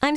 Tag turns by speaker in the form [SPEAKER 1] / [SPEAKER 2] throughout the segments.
[SPEAKER 1] I'm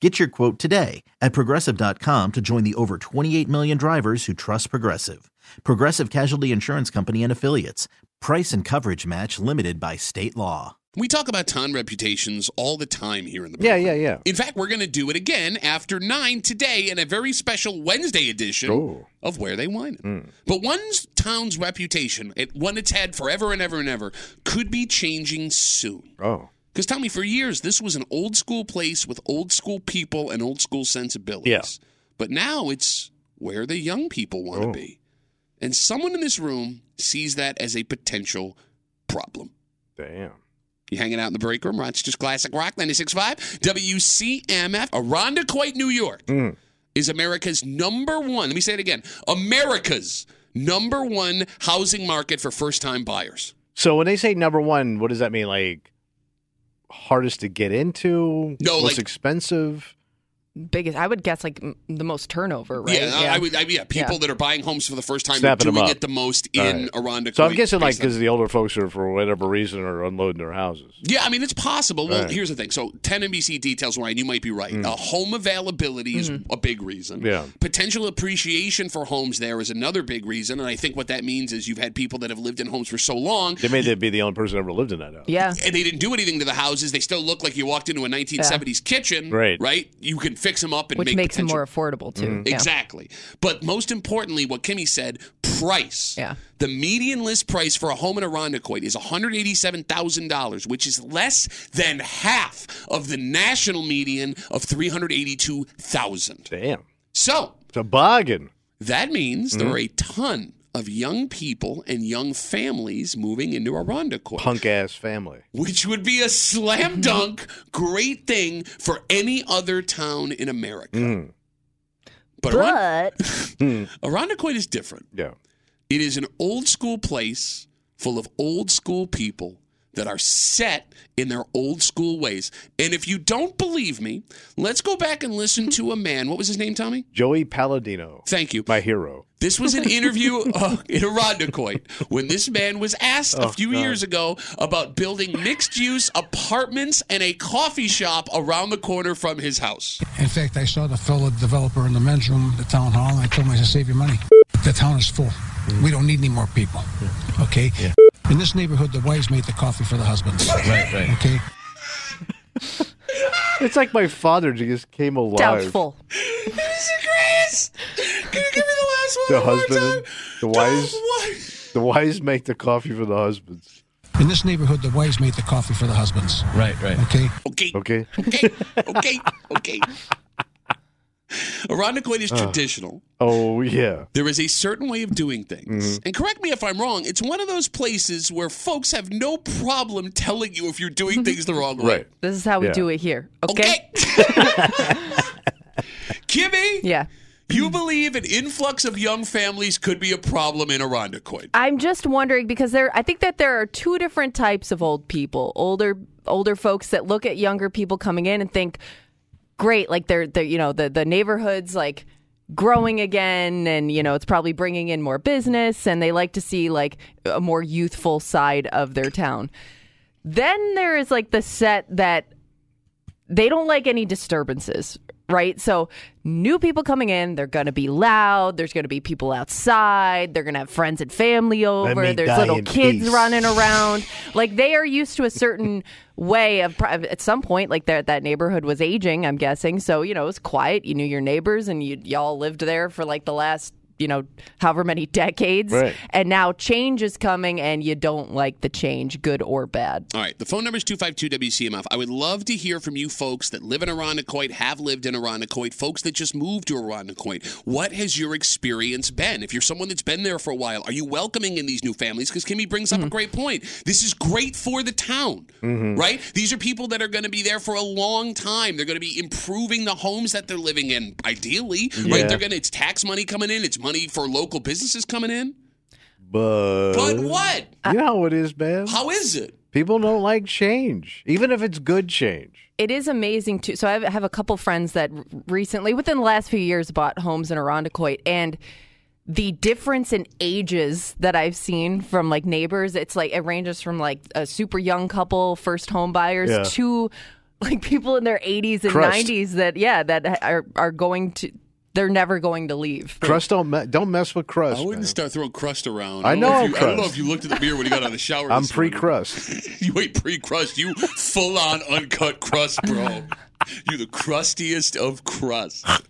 [SPEAKER 2] Get your quote today at progressive.com to join the over 28 million drivers who trust Progressive. Progressive Casualty Insurance Company and Affiliates. Price and coverage match limited by state law.
[SPEAKER 3] We talk about town reputations all the time here in the
[SPEAKER 4] Yeah,
[SPEAKER 3] program.
[SPEAKER 4] yeah, yeah.
[SPEAKER 3] In fact, we're going to do it again after nine today in a very special Wednesday edition
[SPEAKER 4] Ooh.
[SPEAKER 3] of Where They Wine. It.
[SPEAKER 4] Mm.
[SPEAKER 3] But one town's reputation, it, one it's had forever and ever and ever, could be changing soon.
[SPEAKER 4] Oh.
[SPEAKER 3] Because, Tommy, for years, this was an old school place with old school people and old school sensibilities.
[SPEAKER 4] Yeah.
[SPEAKER 3] But now it's where the young people want to
[SPEAKER 4] Oh.
[SPEAKER 3] be. And someone in this room sees that as a potential problem.
[SPEAKER 4] Damn.
[SPEAKER 3] You hanging out in the break room, Rochester's Classic Rock 96.5, WCMF, Irondequoit, New York,
[SPEAKER 4] Mm.
[SPEAKER 3] is America's number one, let me say it again, America's number one housing market for first-time buyers.
[SPEAKER 4] So when they say number one, what does that mean? Like hardest to get into?
[SPEAKER 3] No,
[SPEAKER 4] most
[SPEAKER 3] like-
[SPEAKER 4] expensive.
[SPEAKER 5] biggest. I would guess like m- the most turnover, right?
[SPEAKER 3] Yeah, I- I would, I, yeah, people that are buying homes for the first time are
[SPEAKER 4] Snapping 'em
[SPEAKER 3] doing
[SPEAKER 4] up.
[SPEAKER 3] it the most
[SPEAKER 4] All
[SPEAKER 3] in
[SPEAKER 4] right.
[SPEAKER 3] Irondequoit.
[SPEAKER 4] So I'm guessing like
[SPEAKER 3] based on-
[SPEAKER 4] because the older folks are for whatever reason are unloading their houses.
[SPEAKER 3] Yeah, I mean it's possible. Well,
[SPEAKER 4] Right. Mm.
[SPEAKER 3] here's the thing. So 10 NBC details, Ryan. You might be right. Uh, home availability is
[SPEAKER 5] Mm-hmm.
[SPEAKER 3] a big reason.
[SPEAKER 4] Yeah.
[SPEAKER 3] Potential appreciation for homes there is another big reason, and I think what that means is you've had people that have lived in homes for so long.
[SPEAKER 4] They may be the only person that ever lived in that house.
[SPEAKER 5] Yeah.
[SPEAKER 3] And they didn't do anything to the houses. They still look like you walked into a 1970s kitchen.
[SPEAKER 4] Right.
[SPEAKER 3] Right. You can fix them up and
[SPEAKER 5] Which
[SPEAKER 3] make
[SPEAKER 5] makes them
[SPEAKER 3] potential-
[SPEAKER 5] more affordable too.
[SPEAKER 3] Mm-hmm.
[SPEAKER 5] Yeah.
[SPEAKER 3] Exactly. But most importantly, what Kimmy said, price.
[SPEAKER 5] Yeah.
[SPEAKER 3] The median list price for a home in Irondequoit is $187,000, which is less than half of the national median of 382,000.
[SPEAKER 4] Damn.
[SPEAKER 3] So,
[SPEAKER 4] It's a bargain.
[SPEAKER 3] that means
[SPEAKER 5] Mm-hmm.
[SPEAKER 3] there are a ton of young people and young families moving into Irondequoit
[SPEAKER 4] Punk ass family.
[SPEAKER 3] which would be a
[SPEAKER 5] Mm-hmm.
[SPEAKER 3] slam dunk great thing for any other town in America.
[SPEAKER 4] Mm,
[SPEAKER 3] But, Iron- Irondequoit is different.
[SPEAKER 4] Yeah.
[SPEAKER 3] It is an old school place full of old school people that are set in their old school ways. And if you don't believe me, let's go back and listen to a man. What was his name, Tommy?
[SPEAKER 4] Joey Palladino,
[SPEAKER 3] Thank you.
[SPEAKER 4] my hero.
[SPEAKER 3] This was an interview uh, in Irondequoit when this man was asked a
[SPEAKER 4] Oh,
[SPEAKER 3] few
[SPEAKER 4] God.
[SPEAKER 3] years ago about building mixed use apartments and a coffee shop around the corner from his house.
[SPEAKER 6] In fact, I saw the fellow developer in the men's room, the town hall, and I told him, I said, save your money. The town is full. We don't need any more people. Okay? In this neighborhood, the wives made the coffee for the husbands. Right, right. Okay?
[SPEAKER 4] It's like my father just came alive.
[SPEAKER 5] Doubtful.
[SPEAKER 3] This is the greatest. Can you give me the last one?
[SPEAKER 4] The
[SPEAKER 3] one more
[SPEAKER 4] husband and
[SPEAKER 3] time?
[SPEAKER 4] the wives.
[SPEAKER 3] wife.
[SPEAKER 4] The wives make the coffee for the husbands.
[SPEAKER 6] In this neighborhood, the wives made the coffee for the husbands. Right, right. Okay?
[SPEAKER 3] Okay.
[SPEAKER 4] Okay.
[SPEAKER 3] Okay. Okay. Okay. Irondequoit is traditional.
[SPEAKER 4] Oh yeah.
[SPEAKER 3] There is a certain way of doing things. And correct me if I'm wrong, it's one of those places where folks have no problem telling you if you're doing things the wrong way.
[SPEAKER 4] Right.
[SPEAKER 5] This is how we
[SPEAKER 4] Yeah.
[SPEAKER 5] do it here. Okay.
[SPEAKER 3] Okay. Kimmy,
[SPEAKER 5] Yeah.
[SPEAKER 3] you believe an influx of young families could be a problem in Irondequoit.
[SPEAKER 5] I'm just wondering because there I think that there are two different types of old people. Older older folks that look at younger people coming in and think great like they're they you know the the neighborhoods like growing again and you know it's probably bringing in more business and they like to see like a more youthful side of their town. Then there is like the set that they don't like any disturbances, right? So new people coming in, they're gonna be loud. There's gonna be people outside. They're gonna have friends and family over.
[SPEAKER 4] me
[SPEAKER 5] There's
[SPEAKER 4] die
[SPEAKER 5] little
[SPEAKER 4] in
[SPEAKER 5] kids
[SPEAKER 4] peace.
[SPEAKER 5] running around. Like they are used to a certain way of. pri- At some point, like that that neighborhood was aging. I'm guessing. So you know it was quiet. You knew your neighbors, and you y'all lived there for like the last you know however many decades,
[SPEAKER 4] Right.
[SPEAKER 5] and now change is coming, and you don't like the change, good or bad.
[SPEAKER 3] All right. The phone number is 252 WCMF. I would love to hear from you folks that live in Irondequoit, have lived in Irondequoit, folks that just moved to Irondequoit. What has your experience been? If you're someone that's been there for a while, are you welcoming in these new families? Because Kimmy brings up a great point. This is great for the town, right? These are people that are going to be there for a long time. They're going to be improving the homes that they're living in, ideally, right?
[SPEAKER 4] Yeah.
[SPEAKER 3] They're going to, it's tax money coming in, it's money for local businesses coming in.
[SPEAKER 4] But,
[SPEAKER 3] But what?
[SPEAKER 4] You know how it is, man.
[SPEAKER 3] How is it?
[SPEAKER 4] People don't like change, even if it's good change.
[SPEAKER 5] it is amazing too. So I have, have a couple friends that r- recently, within the last few years, bought homes in Irondequoit, and the difference in ages that I've seen from like neighbors, it's like it ranges from like a super young couple, first home buyers,
[SPEAKER 4] Yeah.
[SPEAKER 5] to like people in their 80s and
[SPEAKER 4] Crushed.
[SPEAKER 5] 90s that yeah that are are going to they're never going to leave.
[SPEAKER 4] Crust don't me- don't mess with
[SPEAKER 3] I
[SPEAKER 4] crust.
[SPEAKER 3] wouldn't
[SPEAKER 4] man.
[SPEAKER 3] start throwing crust around.
[SPEAKER 4] I
[SPEAKER 3] if
[SPEAKER 4] know I'm
[SPEAKER 3] you, I don't know
[SPEAKER 4] crust.
[SPEAKER 3] if you looked at the mirror when you got out of the shower.
[SPEAKER 4] I'm
[SPEAKER 3] this morning.
[SPEAKER 4] pre-crust.
[SPEAKER 3] you ain't pre-crust. You full-on uncut crust, bro. You're the crustiest of crust.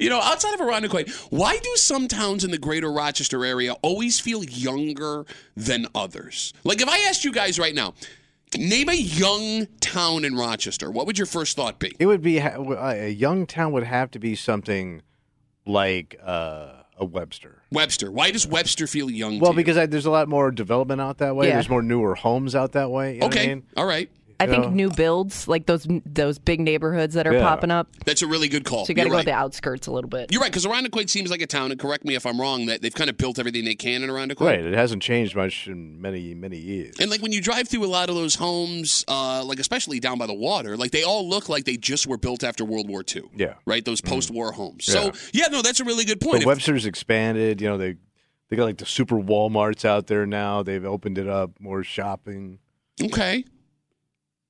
[SPEAKER 3] You know, outside of Irondequoit, why do some towns in the greater Rochester area always feel younger than others? Like, if I asked you guys right now, name a young town in Rochester, what would your first thought be?
[SPEAKER 4] it would be ha- w- a young town would have to be something like uh, a Webster.
[SPEAKER 3] Webster. Why does Webster feel young?
[SPEAKER 4] Well,
[SPEAKER 3] to you?
[SPEAKER 4] because I, there's a lot more development out that way.
[SPEAKER 5] Yeah.
[SPEAKER 4] There's more newer homes out that way. You know what I
[SPEAKER 3] okay,
[SPEAKER 4] mean?
[SPEAKER 3] all right,
[SPEAKER 5] I think
[SPEAKER 4] Yeah.
[SPEAKER 5] new builds like those those big neighborhoods that are
[SPEAKER 4] Yeah.
[SPEAKER 5] popping up.
[SPEAKER 3] that's a really good call.
[SPEAKER 5] So you got
[SPEAKER 3] Oh,
[SPEAKER 5] to
[SPEAKER 3] You're
[SPEAKER 5] go
[SPEAKER 3] right.
[SPEAKER 5] to the outskirts a little bit.
[SPEAKER 3] You're right, because Irondequoit seems like a town, and correct me if I'm wrong, that they've kind of built everything they can in Irondequoit.
[SPEAKER 4] Right. It hasn't changed much in many many years.
[SPEAKER 3] And like when you drive through a lot of those homes, uh, like especially down by the water, like they all look like they just were built after World War II.
[SPEAKER 4] Yeah.
[SPEAKER 3] Right? Those post war homes.
[SPEAKER 4] Mm. Yeah.
[SPEAKER 3] So, yeah, no, that's a really good point.
[SPEAKER 4] But
[SPEAKER 3] If-
[SPEAKER 4] Webster's expanded. You know they they got like the super WalMarts out there now. They've opened it up more shopping.
[SPEAKER 3] okay.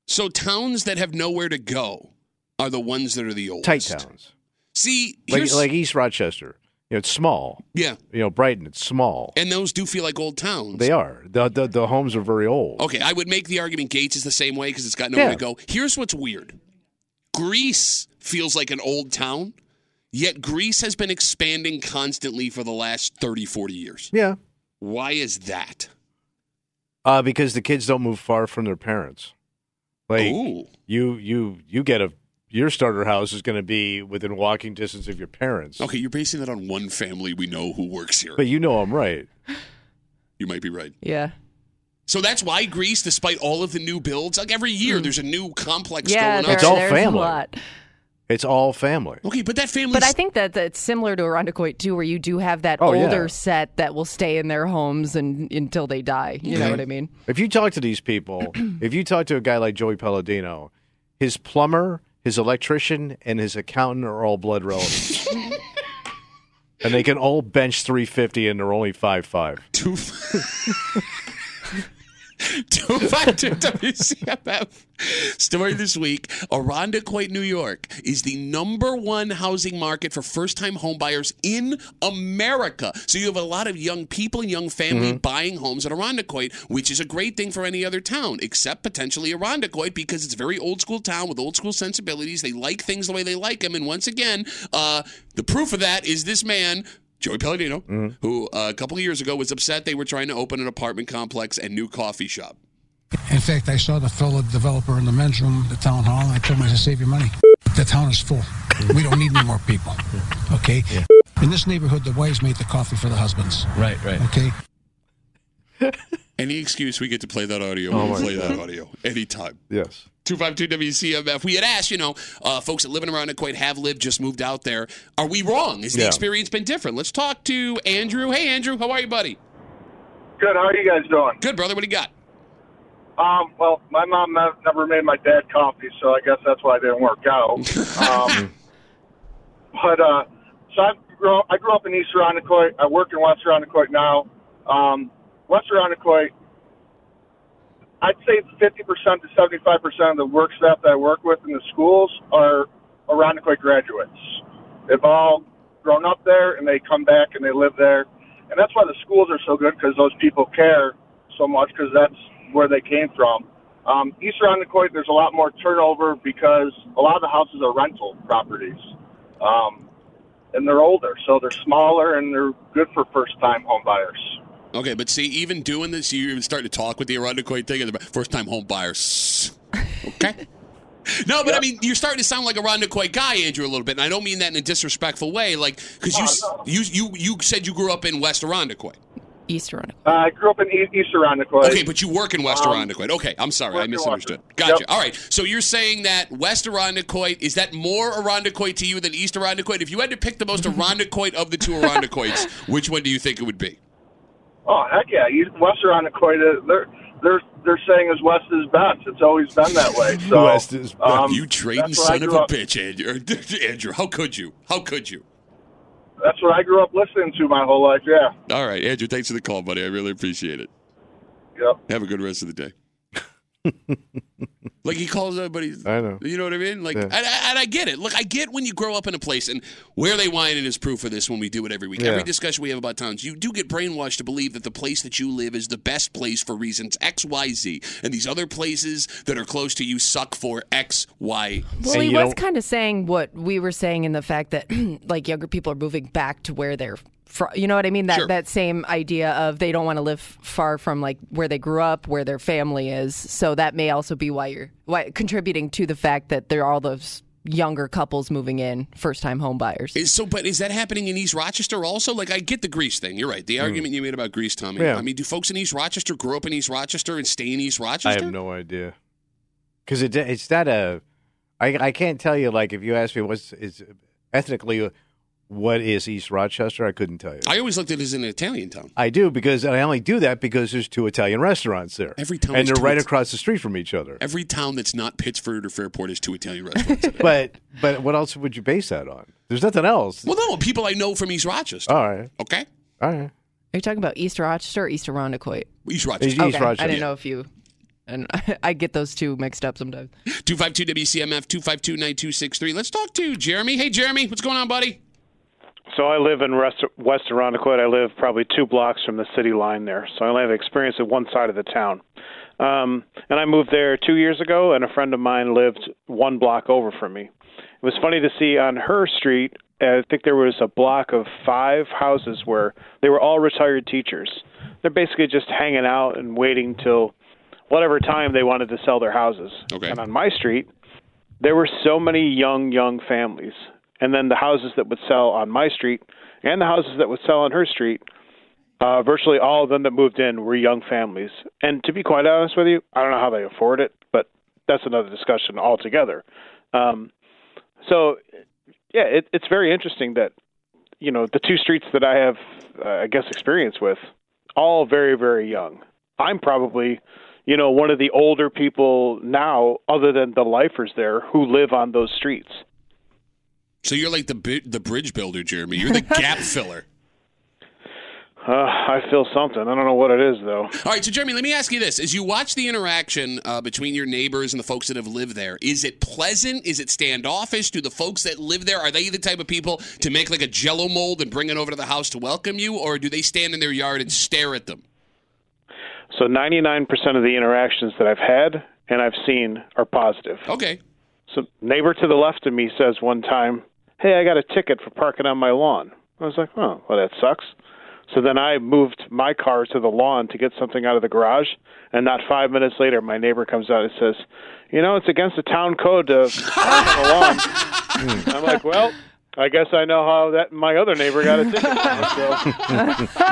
[SPEAKER 3] So, towns that have nowhere to go are the ones that are the oldest.
[SPEAKER 4] Tight towns
[SPEAKER 3] See,
[SPEAKER 4] like
[SPEAKER 3] here's,
[SPEAKER 4] like East Rochester. You know it's small.
[SPEAKER 3] yeah.
[SPEAKER 4] You know Brighton. It's small.
[SPEAKER 3] And those do feel like old towns.
[SPEAKER 4] They are. The, the the homes are very old.
[SPEAKER 3] Okay, I would make the argument Gates is the same way because it's got nowhere
[SPEAKER 4] Yeah.
[SPEAKER 3] to go. Here's what's weird Greece feels like an old town, yet Greece has been expanding constantly for the last 30, 40 years.
[SPEAKER 4] Yeah.
[SPEAKER 3] Why is that?
[SPEAKER 4] Uh, because the kids don't move far from their parents. Like
[SPEAKER 3] Ooh.
[SPEAKER 4] you you you get a your starter house is going to be within walking distance of your parents.
[SPEAKER 3] Okay, you're basing that on one family we know who works here.
[SPEAKER 4] But you know I'm right.
[SPEAKER 3] You might be right.
[SPEAKER 5] Yeah.
[SPEAKER 3] So that's why Greece, despite all of the new builds, like every year there's a new complex
[SPEAKER 5] Mm. Yeah,
[SPEAKER 3] going
[SPEAKER 5] there,
[SPEAKER 4] It's
[SPEAKER 3] up.
[SPEAKER 4] all
[SPEAKER 5] there's
[SPEAKER 4] family.
[SPEAKER 5] a lot.
[SPEAKER 4] It's all family.
[SPEAKER 3] Okay, but that family.
[SPEAKER 5] But I think that that's similar to Irondequoit too, where you do have that
[SPEAKER 4] Oh, yeah.
[SPEAKER 5] older set that will stay in their homes and until they die. You know what I
[SPEAKER 4] Mm-hmm.
[SPEAKER 5] mean?
[SPEAKER 4] If you talk to these people, if you talk to a guy like Joey Palladino, his plumber, his electrician, and his accountant are all blood relatives. and they can all bench 350 and they're only 5'5.
[SPEAKER 3] Two. Two five two WCFF story this week. Irondequoit, New York, is the number one housing market for first-time homebuyers in America. So you have a lot of young people and young family buying homes at Irondequoit, which is a great thing for any other town, except potentially Irondequoit because it's a very old-school town with old-school sensibilities. They like things the way they like them, and once again, uh, the proof of that is this man. Joey Pelladino, who uh, a couple of years ago was upset they were trying to open an apartment complex and new coffee shop.
[SPEAKER 6] In fact, I saw the fellow developer in the men's room, the town hall, and I told him, I said, save your money. The town is full. We don't need any more people. Okay? In this neighborhood, the wives made the coffee for the husbands.
[SPEAKER 7] Right, right.
[SPEAKER 6] Okay?
[SPEAKER 3] Any excuse we get to play that audio, we'll play that audio anytime.
[SPEAKER 4] Yes.
[SPEAKER 3] 252 WCMF. We had asked, you know, uh, folks that living around Equate have lived, just moved out there. Are we wrong? Has the
[SPEAKER 4] Yeah.
[SPEAKER 3] experience been different? Let's talk to Andrew. Hey, Andrew, how are you, buddy?
[SPEAKER 8] Good. How are you guys doing?
[SPEAKER 3] Good, brother. What do you got?
[SPEAKER 8] Um, well, my mom nev- never made my dad coffee, so I guess that's why it didn't work out. um, but uh, so I grew, I grew up in East Irondequoit. I work in West Irondequoit now. Um, West Irondequoit, I'd say 50% to 75% of the work staff that I work with in the schools are Irondequoit graduates. They've all grown up there and they come back and they live there. And that's why the schools are so good because those people care so much because that's where they came from. Um, East Irondequoit, there's a lot more turnover because a lot of the houses are rental properties. Um, and they're older, so they're smaller and they're good for first time home buyers.
[SPEAKER 3] Okay, but see, even doing this, you even start to talk with the Irondequoit thing and the first time home buyers. Okay. No, but I mean, you're starting to sound like a Ron Decoy guy, Andrew, a little bit, and I don't mean that in a disrespectful way. Like, because
[SPEAKER 8] Oh,
[SPEAKER 3] you, s you you you said you grew up in West Irondequoit.
[SPEAKER 5] East Arundel.
[SPEAKER 8] Uh, I grew up in E- East Irondequoit.
[SPEAKER 3] Okay, but you work in West
[SPEAKER 8] Um,
[SPEAKER 3] Irondequoit. Okay, I'm sorry,
[SPEAKER 8] work
[SPEAKER 3] I
[SPEAKER 8] in
[SPEAKER 3] misunderstood.
[SPEAKER 8] Washington.
[SPEAKER 3] Gotcha.
[SPEAKER 8] Yep.
[SPEAKER 3] All right, so you're saying that West Irondequoit is that more Irondequoit to you than East Irondequoit? If you had to pick the most Irondequoit of the two Irondequoits, which one do you think it would be?
[SPEAKER 8] Oh heck yeah, you, West Irondequoit. uh, They're they're they're saying is West is best. It's always been that way. So
[SPEAKER 4] West is best.
[SPEAKER 3] you trading
[SPEAKER 8] Um, that's where I
[SPEAKER 3] son of
[SPEAKER 8] grew
[SPEAKER 3] a
[SPEAKER 8] up-
[SPEAKER 3] bitch, Andrew. Andrew, how could you? How could you?
[SPEAKER 8] That's what I grew up listening to my whole life. Yeah.
[SPEAKER 3] All right, Andrew, thanks for the call, buddy. I really appreciate it.
[SPEAKER 8] Yep.
[SPEAKER 3] Have a good rest of the day. like he calls everybody.
[SPEAKER 4] I know.
[SPEAKER 3] You know what I mean? Like,
[SPEAKER 4] Yeah.
[SPEAKER 3] and, I- and I get it. Look, I get when you grow up in a place, and where they wine it is proof of this. When we do it every week, every
[SPEAKER 4] Yeah.
[SPEAKER 3] discussion we have about towns, you do get brainwashed to believe that the place that you live is the best place for reasons X, Y, Z, and these other places that are close to you suck for X, Y,
[SPEAKER 5] Well,
[SPEAKER 4] And
[SPEAKER 5] he
[SPEAKER 4] you
[SPEAKER 5] was
[SPEAKER 4] don't-
[SPEAKER 5] kind of saying what we were saying in the fact that like younger people are moving back to where they're from. You know what I mean? That
[SPEAKER 3] Sure.
[SPEAKER 5] that same idea of they don't want to live far from like where they grew up, where their family is. So that may also be why you're why contributing to the fact that there are all those younger couples moving in, first time home buyers.
[SPEAKER 3] Is, so, but is that happening in East Rochester also? Like, I get the Greece thing. You're right. The argument you made about Greece, Tommy.
[SPEAKER 4] Hmm. Yeah.
[SPEAKER 3] I mean, do folks in East Rochester grow up in East Rochester and stay in East Rochester?
[SPEAKER 4] I have no idea. Because it, it's not a. I, I can't tell you, like, if you ask me what's is ethnically what is East Rochester, I couldn't tell you.
[SPEAKER 3] I always looked at it as an Italian town.
[SPEAKER 4] I do because and I only do that because there's two Italian restaurants there.
[SPEAKER 3] Every town
[SPEAKER 4] and
[SPEAKER 3] has
[SPEAKER 4] they're
[SPEAKER 3] two
[SPEAKER 4] right
[SPEAKER 3] Ita-
[SPEAKER 4] across the street from each other.
[SPEAKER 3] Every town that's not Pittsford or Fairport is two Italian restaurants.
[SPEAKER 4] but but what else would you base that on? There's nothing else.
[SPEAKER 3] well, no, people I know from East Rochester.
[SPEAKER 4] all right,
[SPEAKER 3] okay,
[SPEAKER 4] all right.
[SPEAKER 5] Are you talking about East Rochester or East Irondequoit?
[SPEAKER 3] East
[SPEAKER 4] East
[SPEAKER 3] Rochester.
[SPEAKER 5] Okay. I
[SPEAKER 4] Rochester.
[SPEAKER 5] didn't know if you. And I get those two mixed up sometimes.
[SPEAKER 3] Two five two WCMF two five two nine two six three. Let's talk to Jeremy. Hey, Jeremy, what's going on, buddy?
[SPEAKER 7] So I live in West, West Irondequoit. I live probably two blocks from the city line there. So I only have experience at one side of the town. Um, and I moved there two years ago, and a friend of mine lived one block over from me. It was funny to see on her street, uh, I think there was a block of five houses where they were all retired teachers. They're basically just hanging out and waiting till whatever time they wanted to sell their houses.
[SPEAKER 3] Okay.
[SPEAKER 7] And on my street, there were so many young, young families. And then the houses that would sell on my street and the houses that would sell on her street, uh, virtually all of them that moved in were young families. And to be quite honest with you, I don't know how they afford it, but that's another discussion altogether. Um, so, yeah, it, it's very interesting that, you know, the two streets that I have, uh, I guess, experience with, all very, very young. I'm probably, you know, one of the older people now, other than the lifers there, who live on those streets.
[SPEAKER 3] So you're like the bi- the bridge builder, Jeremy. You're the gap filler.
[SPEAKER 7] Uh, I feel something. I don't know what it is, though.
[SPEAKER 3] All right, so Jeremy, let me ask you this: As you watch the interaction uh, between your neighbors and the folks that have lived there, is it pleasant? Is it standoffish? Do the folks that live there are they the type of people to make like a Jello mold and bring it over to the house to welcome you, or do they stand in their yard and stare at them?
[SPEAKER 7] So 99% of the interactions that I've had and I've seen are positive.
[SPEAKER 3] Okay,
[SPEAKER 7] So neighbor to the left of me says one time, "Hey, I got a ticket for parking on my lawn." I was like, "Oh, well that sucks." So then I moved my car to the lawn to get something out of the garage, and not 5 minutes later my neighbor comes out and says, "You know, it's against the town code to park on the lawn." I'm like, "Well, I guess I know how that my other neighbor got a ticket." So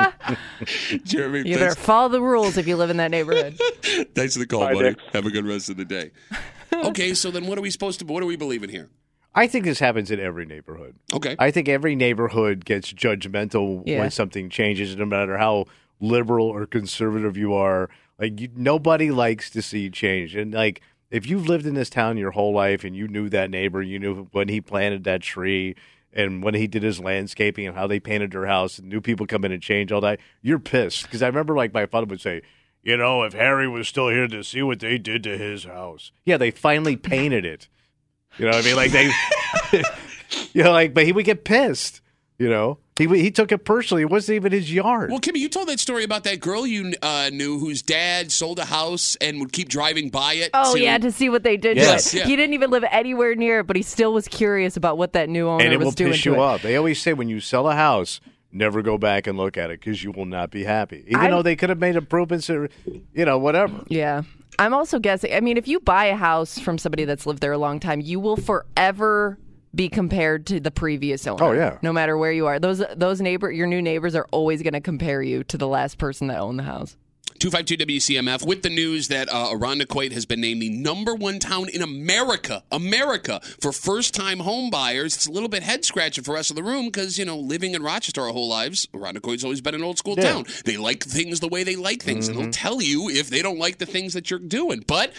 [SPEAKER 3] Jeremy,
[SPEAKER 5] You better follow the rules if you live in that neighborhood.
[SPEAKER 3] thanks for the call,
[SPEAKER 7] Bye, buddy. Dick.
[SPEAKER 3] Have a good rest of the day. okay, so then what are we supposed to? What are we believing here?
[SPEAKER 4] I think this happens in every neighborhood.
[SPEAKER 3] Okay,
[SPEAKER 4] I think every neighborhood gets judgmental
[SPEAKER 5] Yeah.
[SPEAKER 4] when something changes, no matter how liberal or conservative you are. Like you, nobody likes to see change, and like if you've lived in this town your whole life and you knew that neighbor, you knew when he planted that tree and when he did his landscaping and how they painted their house, and new people come in and change all that, you're pissed. Because I remember like my father would say. You know, if Harry was still here to see what they did to his house. Yeah, they finally painted it. You know what I mean? Like they, you know, like, but he would get pissed, you know? He he took it personally. It wasn't even his yard.
[SPEAKER 3] Well, Kimmy, you told that story about that girl you uh, knew whose dad sold a house and would keep driving by it.
[SPEAKER 5] Oh
[SPEAKER 3] to-
[SPEAKER 5] yeah, to see what they did. to
[SPEAKER 4] Yes,
[SPEAKER 5] it.
[SPEAKER 3] yeah.
[SPEAKER 5] He didn't even live anywhere near it, but he still was curious about what that new owner
[SPEAKER 4] and it
[SPEAKER 5] was
[SPEAKER 4] will
[SPEAKER 5] doing.
[SPEAKER 4] piss
[SPEAKER 5] to
[SPEAKER 4] you
[SPEAKER 5] it.
[SPEAKER 4] off. They always say when you sell a house, never go back and look at it because you will not be happy. Even
[SPEAKER 5] I'm-
[SPEAKER 4] though they could have made improvements or, you know, whatever.
[SPEAKER 5] Yeah. I'm also guessing. I mean, if you buy a house from somebody that's lived there a long time, you will forever be compared to the previous owner.
[SPEAKER 4] Oh, yeah.
[SPEAKER 5] No matter where you are, those those neighbor, your new neighbors are always going to compare you to the last person that owned the house.
[SPEAKER 3] 252 WCMF with the news that uh, Arundequoit has been named the number one town in America, America, for first time home buyers. It's a little bit head scratching for us in the room because, you know, living in Rochester our whole lives, Arundequoit's always been an old school
[SPEAKER 4] Yeah. Mm-hmm.
[SPEAKER 3] town. They like things the way they like things, and they'll tell you if they don't like the things that you're doing. But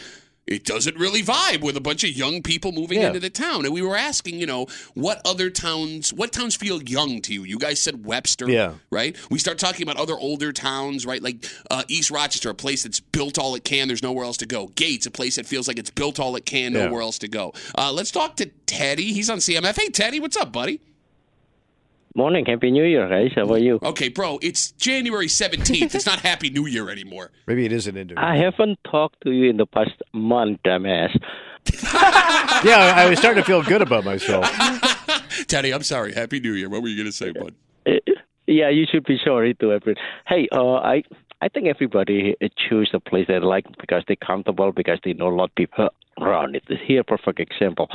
[SPEAKER 3] it doesn't really vibe with a bunch of young people moving
[SPEAKER 4] Yeah.
[SPEAKER 3] into the town. And we were asking, you know, what other towns, what towns feel young to you? You guys said Webster.
[SPEAKER 4] Yeah.
[SPEAKER 3] Right? We start talking about other older towns, right? Like uh, East Rochester, a place that's built all it can. There's nowhere else to go. Gates, a place that feels like it's built all it can,
[SPEAKER 4] Yeah.
[SPEAKER 3] nowhere else to go. Uh, let's talk to Teddy. He's on CMF. Hey, Teddy, what's up, buddy?
[SPEAKER 9] Morning, Happy New Year, guys. How are you?
[SPEAKER 3] Okay, bro, it's January 17th. it's not Happy New Year anymore.
[SPEAKER 4] Maybe it isn't into.
[SPEAKER 9] I haven't talked to you in the past month, dumbass.
[SPEAKER 4] yeah, I I was starting to feel good about myself.
[SPEAKER 3] Teddy, I'm sorry. Happy New Year. What were you going to say, bud?
[SPEAKER 9] Eh, Yeah, you should be sorry to everyone. Hey, uh, I I think everybody choose a place they like because they're comfortable because they know a lot of people around it. Here, perfect example.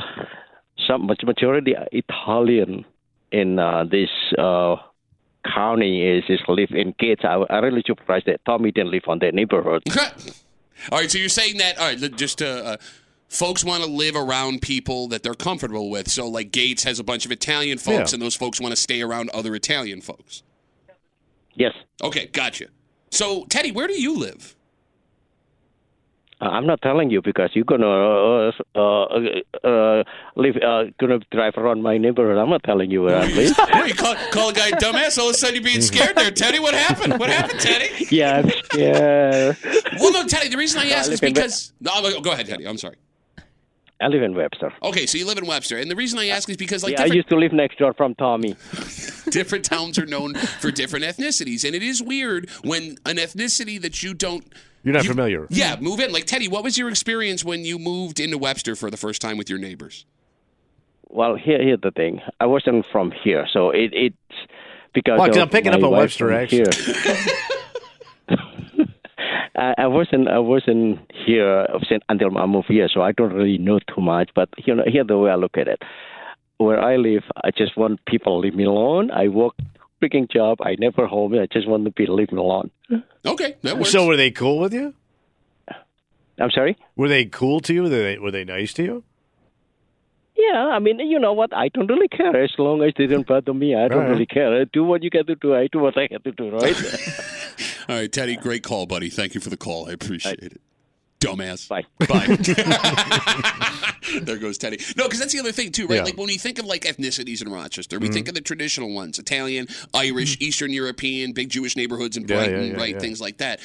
[SPEAKER 9] Some much majority are Italian in uh, this uh, county is is live in Gates. I I really surprised that Tommy didn't live on that neighborhood.
[SPEAKER 3] all right, so you're saying that, all right, let- just uh, uh, folks want to live around people that they're comfortable with. So, like, Gates has a bunch of Italian folks,
[SPEAKER 4] Yeah.
[SPEAKER 3] and those folks want to stay around other Italian folks.
[SPEAKER 9] Yes,
[SPEAKER 3] Okay, gotcha. So, Teddy, where do you live?
[SPEAKER 9] Uh, I'm not telling you because you're gonna uh, uh, uh, live, uh, gonna drive around my neighborhood. I'm not telling you where I live.
[SPEAKER 3] Wait, you call, call a guy dumbass. All of a sudden, you're being scared there, Teddy. What happened? What happened, Teddy?
[SPEAKER 9] yeah, I'm scared.
[SPEAKER 3] Well, no, Teddy. The reason I ask is
[SPEAKER 9] live in Ve-
[SPEAKER 3] because no, I'm- go ahead, Teddy. I'm sorry.
[SPEAKER 9] I live in Webster.
[SPEAKER 3] Okay, so you live in Webster, and the reason I ask is because like
[SPEAKER 9] yeah, I
[SPEAKER 3] different,
[SPEAKER 9] used to live next door from Tommy.
[SPEAKER 3] different towns are known for different ethnicities, and it is weird when an ethnicity that you don't
[SPEAKER 4] You're not
[SPEAKER 3] you-
[SPEAKER 4] familiar.
[SPEAKER 3] Yeah, move in. Like Teddy, what was your experience when you moved into Webster for the first time with your neighbors?
[SPEAKER 9] Well, here, here's the thing. I wasn't from here, so it it's because
[SPEAKER 4] Oh, 'cause
[SPEAKER 9] of
[SPEAKER 4] I'm picking
[SPEAKER 9] my
[SPEAKER 4] up a
[SPEAKER 9] wife
[SPEAKER 4] Webster
[SPEAKER 9] from
[SPEAKER 4] accent.
[SPEAKER 9] Here. I, I wasn't I wasn't here since- until I moved here, so I don't really know too much. But you know, here the way I look at it, where I live, I just want people to leave me alone. I work freaking job. I never home. I just want people to leave me alone.
[SPEAKER 3] Okay, that works.
[SPEAKER 4] So were they cool with you?
[SPEAKER 9] I'm sorry.
[SPEAKER 4] Were they cool to you? Were they, were they nice to you?
[SPEAKER 9] Yeah, I mean, you know what? I don't really care as long as they don't bother me. I don't
[SPEAKER 4] Alright.
[SPEAKER 9] really care. Do what you got to do. I do what I got to do, right?
[SPEAKER 3] All right, Teddy, great call, buddy. Thank you for the call. I appreciate it. Dumbass.
[SPEAKER 9] Bye.
[SPEAKER 3] Bye. there goes Teddy. No, because that's the other thing too, right?
[SPEAKER 4] Yeah. Mm-hmm.
[SPEAKER 3] Like when we think of like ethnicities in Rochester, we think of the traditional ones: Italian, Irish, Eastern European, big Jewish neighborhoods in
[SPEAKER 4] Yeah, yeah,
[SPEAKER 3] Brighton,
[SPEAKER 4] yeah,
[SPEAKER 3] right?
[SPEAKER 4] yeah.
[SPEAKER 3] Things like that.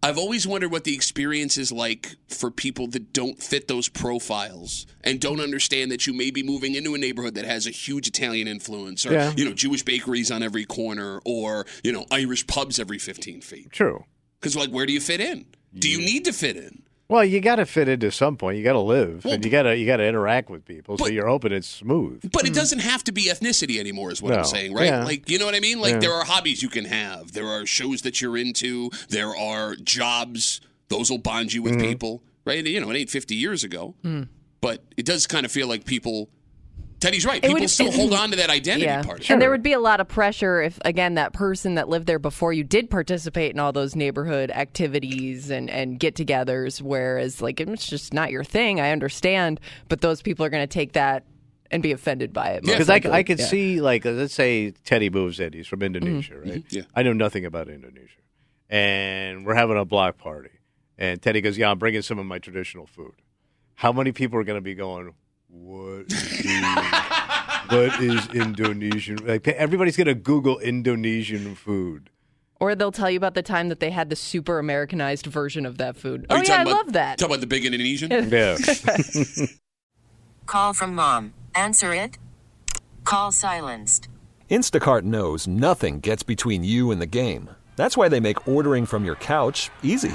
[SPEAKER 3] I've always wondered what the experience is like for people that don't fit those profiles and don't understand that you may be moving into a neighborhood that has a huge Italian influence, or
[SPEAKER 4] Yeah.
[SPEAKER 3] you know, Jewish bakeries on every corner, or you know, Irish pubs every fifteen feet.
[SPEAKER 4] True.
[SPEAKER 3] Because like, where do you fit in? Do you need to fit in?
[SPEAKER 4] Well, you got to fit into some point. You got to live,
[SPEAKER 3] Well,
[SPEAKER 4] and you got to you got to interact with people. so
[SPEAKER 3] but-
[SPEAKER 4] you're hoping it's smooth.
[SPEAKER 3] But it doesn't have to be ethnicity anymore, is what I'm
[SPEAKER 4] Hmm. No.
[SPEAKER 3] saying, right?
[SPEAKER 4] Yeah.
[SPEAKER 3] Like, you know what I mean? Like, there are hobbies you can have, there are shows that you're into, there are jobs. Those will bond you with
[SPEAKER 4] Mm-hmm.
[SPEAKER 3] people, right? You know, it ain't 50 years ago,
[SPEAKER 5] Hmm.
[SPEAKER 3] but it does kind of feel like people. Teddy's right.
[SPEAKER 5] It
[SPEAKER 3] People
[SPEAKER 5] would-
[SPEAKER 3] still hold on to that identity
[SPEAKER 5] yeah,
[SPEAKER 3] part.
[SPEAKER 5] and there would be a lot of pressure if, again, that person that lived there before you did participate in all those neighborhood activities and and get-togethers. Whereas, like, it's just not your thing. I understand, but those people are going to take that and be offended by it.
[SPEAKER 4] Because I, c- I could see, like, uh, let's say Teddy moves in. He's from Indonesia, right?
[SPEAKER 3] Yeah.
[SPEAKER 4] I know nothing about Indonesia. And we're having a block party. And Teddy goes, Yeah, I'm bringing some of my traditional food. How many people are going to be going, What is, what is Indonesian? Like, everybody's going to Google Indonesian food.
[SPEAKER 5] Or they'll tell you about the time that they had the super Americanized version of that food.
[SPEAKER 3] Are
[SPEAKER 5] Oh
[SPEAKER 3] you
[SPEAKER 5] yeah, I
[SPEAKER 3] talking about-
[SPEAKER 5] love that.
[SPEAKER 3] Talk about the big Indonesian.
[SPEAKER 4] Yeah.
[SPEAKER 10] Call from mom. Answer it. Call silenced. Instacart knows nothing gets between you and the game. That's why they make ordering from your couch easy.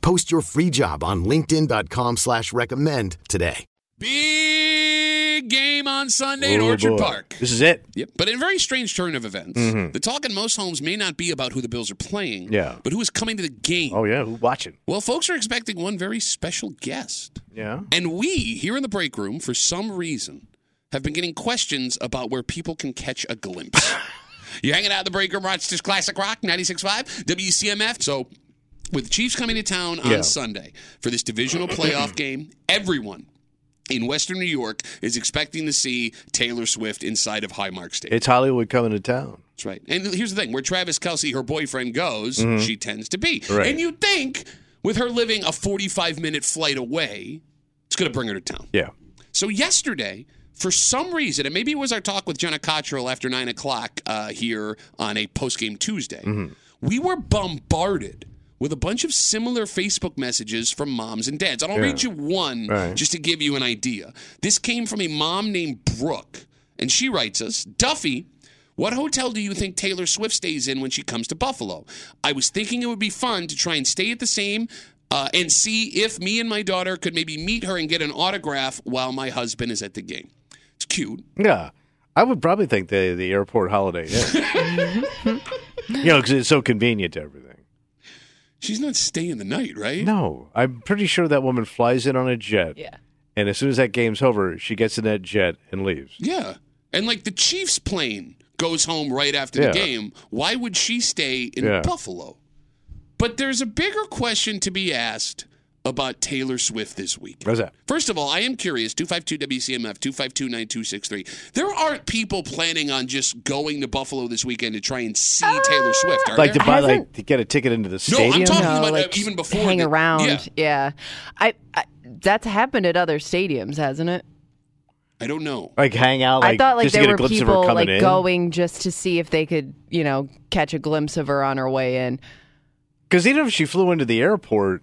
[SPEAKER 11] Post your free job on linkedin.com slash recommend today.
[SPEAKER 3] Big game on Sunday at
[SPEAKER 4] Oh,
[SPEAKER 3] Orchard
[SPEAKER 4] boy.
[SPEAKER 3] Park.
[SPEAKER 4] This is it.
[SPEAKER 3] Yep. But in a very strange turn of events,
[SPEAKER 4] Mhm.
[SPEAKER 3] the talk in most homes may not be about who the Bills are playing,
[SPEAKER 4] Yeah.
[SPEAKER 3] but who is coming to the game.
[SPEAKER 4] Oh yeah, who watching?
[SPEAKER 3] Well, folks are expecting one very special guest.
[SPEAKER 4] Yeah.
[SPEAKER 3] And we, here in the break room, for some reason, have been getting questions about where people can catch a glimpse. You're hanging out in the break room, Rochester's Classic Rock, 96.5, WCMF. So, with the Chiefs coming to town on
[SPEAKER 4] Yeah.
[SPEAKER 3] Sunday for this divisional playoff game, everyone in Western New York is expecting to see Taylor Swift inside of Highmark Stadium.
[SPEAKER 4] It's Hollywood coming to town.
[SPEAKER 3] That's right. And here's the thing where Travis Kelsey, her boyfriend, goes, she tends to be.
[SPEAKER 4] Right.
[SPEAKER 3] And you think with her living a 45 minute flight away, it's going to bring her to town.
[SPEAKER 4] Yeah.
[SPEAKER 3] So yesterday, for some reason, and maybe it was our talk with Jenna Cottrell after nine o'clock uh, here on a post-game Tuesday, we were bombarded with a bunch of similar Facebook messages from moms and dads. And I'll read you one
[SPEAKER 4] Right.
[SPEAKER 3] just to give you an idea. This came from a mom named Brooke, and she writes us, Duffy. What hotel do you think Taylor Swift stays in when she comes to Buffalo? I was thinking it would be fun to try and stay at the same uh, and see if me and my daughter could maybe meet her and get an autograph while my husband is at the game. It's cute.
[SPEAKER 4] Yeah. I would probably think the the airport holiday. Yeah. you know, because it's so convenient to everything.
[SPEAKER 3] She's not staying the night, right?
[SPEAKER 4] No, I'm pretty sure that woman flies in on a jet.
[SPEAKER 5] Yeah.
[SPEAKER 4] And as soon as that game's over, she gets in that jet and leaves.
[SPEAKER 3] Yeah. And like the Chiefs plane goes home right after
[SPEAKER 4] Yeah.
[SPEAKER 3] the game. Why would she stay in
[SPEAKER 4] Yeah.
[SPEAKER 3] Buffalo? But there's a bigger question to be asked about Taylor Swift this week.
[SPEAKER 4] How's that?
[SPEAKER 3] First of all, I am curious 252 WCMF 252 9263. There aren't people planning on just going to Buffalo this weekend to try and see Taylor Swift, are
[SPEAKER 4] Like to
[SPEAKER 3] there?
[SPEAKER 4] buy,
[SPEAKER 5] Hasn't-
[SPEAKER 4] like to get a ticket into the
[SPEAKER 3] no,
[SPEAKER 4] stadium.
[SPEAKER 3] I'm talking
[SPEAKER 5] No,
[SPEAKER 3] about
[SPEAKER 5] like,
[SPEAKER 3] uh, even before
[SPEAKER 5] Hang
[SPEAKER 3] the-
[SPEAKER 5] around.
[SPEAKER 3] Yeah.
[SPEAKER 5] Yeah. I, I that's happened at other stadiums, hasn't it?
[SPEAKER 3] I don't know.
[SPEAKER 4] like hang out. Like,
[SPEAKER 5] I thought like
[SPEAKER 4] just to
[SPEAKER 5] there
[SPEAKER 4] get a
[SPEAKER 5] were
[SPEAKER 4] glimpse
[SPEAKER 5] people
[SPEAKER 4] of her coming
[SPEAKER 5] like
[SPEAKER 4] in.
[SPEAKER 5] going just to see if they could, you know, catch a glimpse of her on her way in.
[SPEAKER 4] Because even if she flew into the airport,